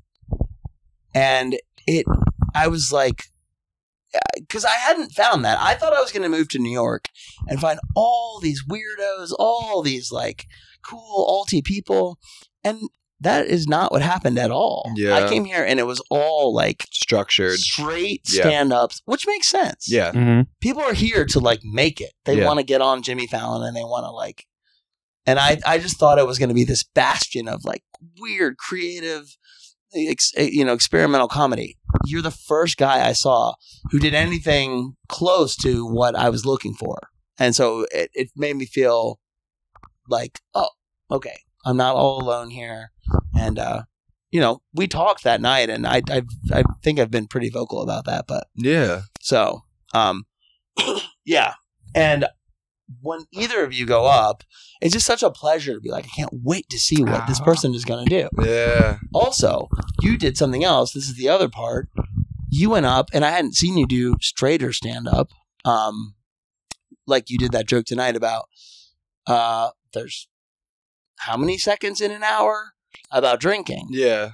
G: and it i was like because i hadn't found that i thought i was going to move to new york and find all these weirdos all these like cool alty people and That is not what happened at all.
F: Yeah.
G: I came here and it was all like
F: Structured.
G: straight
F: Yeah.
G: stand ups, which makes sense.
F: Yeah.
H: Mm-hmm.
G: People are here to like make it. They
F: Yeah.
G: want to get on Jimmy Fallon and they want to like. And I, I just thought it was going to be this bastion of like weird, creative, ex, eh, you know, experimental comedy. You're the first guy I saw who did anything close to what I was looking for. And so it, it made me feel like, oh, okay, I'm not all alone here. And, uh, you know, we talked that night, and I, I, I think I've been pretty vocal about that, but
F: Yeah.
G: so, um, yeah. And when either of you go up, it's just such a pleasure to be like, I can't wait to see what this person is going to do.
F: Yeah.
G: Also, you did something else. This is the other part. You went up, and I hadn't seen you do straighter stand up. Um, like you did that joke tonight about uh, there's how many seconds in an hour about drinking
F: Yeah.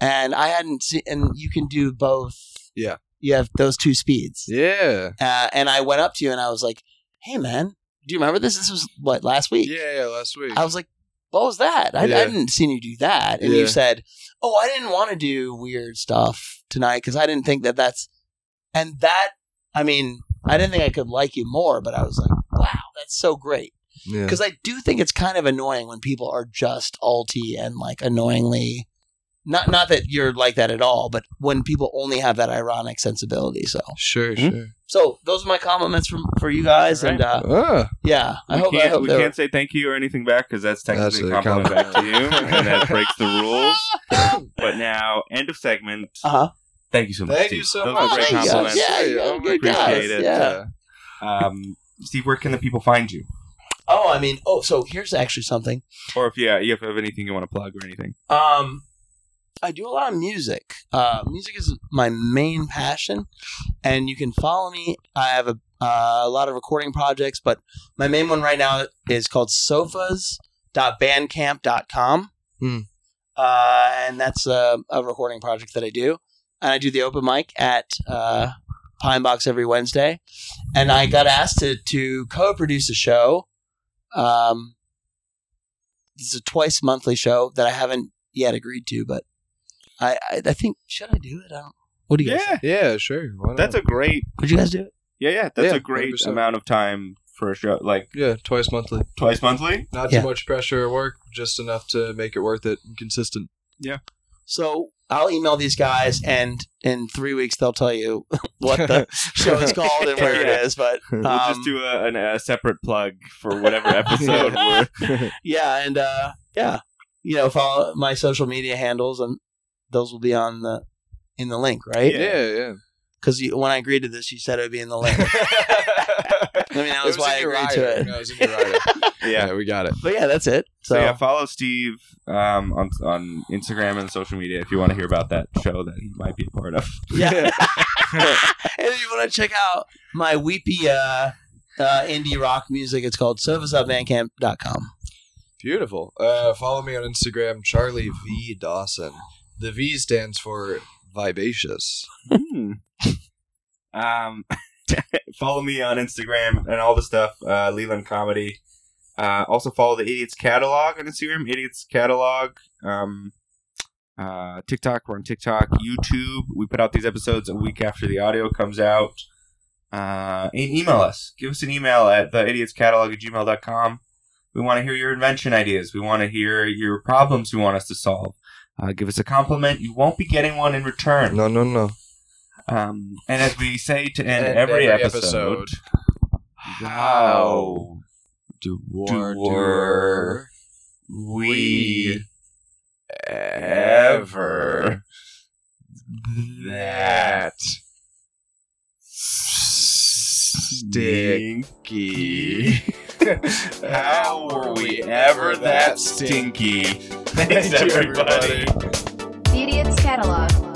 G: and I hadn't seen. And you can do both.
F: Yeah.
G: you have those two speeds.
F: Yeah.
G: Uh, and I went up to you and I was like, "Hey, man, do you remember this? This was what last week."
F: Yeah. Yeah. Last week.
G: I was like, "What was that? I,
F: Yeah.
G: I didn't see you do that." And
F: Yeah.
G: you said, "Oh, I didn't want to do weird stuff tonight because I didn't think that that's." And that, I mean, I didn't think I could like you more, but I was like, "Wow, that's so great."
F: Yeah.
G: because I do think it's kind of annoying when people are just alty and like annoyingly. Not not that you're like that at all, but when people only have that ironic sensibility. So
F: Sure.
H: Hmm?
F: Sure.
G: so those are my compliments from for you guys, and uh,
F: Ah.
G: yeah, I
H: we
G: hope
H: can't,
G: I hope
H: we
G: they were-
H: can't say thank you or anything back because that's
F: That's
H: technically
F: a
H: a compliment back to you,
F: compliment.
H: and that breaks the rules. But now, end of segment.
G: Uh-huh.
H: Thank you so much.
F: Thank
H: Steve.
F: you so
H: Those
F: much.
H: were
G: Oh,
H: great
G: thank you.
H: compliments.
G: Yeah, you
F: Oh,
G: good
F: I
H: guys.
F: appreciate it. uh,
G: Yeah.
H: Um, Steve, where can the people find you?
G: Oh, I mean, oh, so here's actually something.
H: Or if yeah, you have anything you want to plug or anything.
G: Um, I do a lot of music. Uh, music is my main passion, and you can follow me. I have a, uh, a lot of recording projects, but my main one right now is called sofas.bandcamp.com.
F: Hmm.
G: Uh, and that's a, a recording project that I do. And I do the open mic at uh, Pine Box every Wednesday. And I got asked to, to co produce a show. Um, it's a twice monthly show that I haven't yet agreed to, but I, I, I think should I do it? I don't. What do you guys?
H: Yeah,
F: Yeah. Sure. Why
H: that's
F: not?
H: a great.
G: Would you guys do it?
H: Yeah, yeah, that's
F: Yeah,
H: a great
F: 100%.
H: amount of time for a show, like
F: yeah. Twice monthly.
H: twice monthly.
F: Not
G: Yeah.
F: too much pressure or work, just enough to make it worth it and consistent.
G: So I'll email these guys, and in three weeks they'll tell you what the show is called and where it is. But
H: We'll
G: um,
H: just do a, an, a separate plug for whatever episode we're
G: yeah, and uh, yeah, you know, follow my social media handles, and those will be on the in the link, right?
H: Yeah.
F: Yeah. Yeah.
G: Because when I agreed to this, you said it would be in the link. I mean, that
F: It
G: was, why I
F: in your
G: agreed
F: rider.
G: to it.
F: No, it was in your rider.
H: yeah.
F: yeah. We got it.
G: But yeah, that's it.
H: So,
G: So,
H: yeah, follow Steve um, on on Instagram and social media if you want to hear about that show that he might be a part of.
G: Yeah. and if you want to check out my weepy uh, uh, indie rock music, it's called serviceupbandcamp.com.
F: Beautiful. Uh, follow me on Instagram, Charlie V Dawson. The V stands for vivacious.
G: Hmm.
H: um, follow me on Instagram and all the stuff, uh, Leland Comedy. Uh, also follow the Idiots Catalog on Instagram, Idiots Catalog. Um, uh, TikTok, we're on TikTok, YouTube. We put out these episodes a week after the audio comes out. Uh, and email us. Give us an email at the idiotscatalog at gmail.com. We want to hear your invention ideas. We want to hear your problems you want us to solve. Uh, give us a compliment. You won't be getting one in return.
F: No, no, no.
H: Um, and as we say to end
F: And
H: every,
F: every
H: episode,
F: episode,
H: how
F: Do
H: war- doer. we ever that stinky. How were we ever that stinky? Thanks,
F: Thank you,
H: everybody.
F: everybody.
A: The Idiot's Catalog.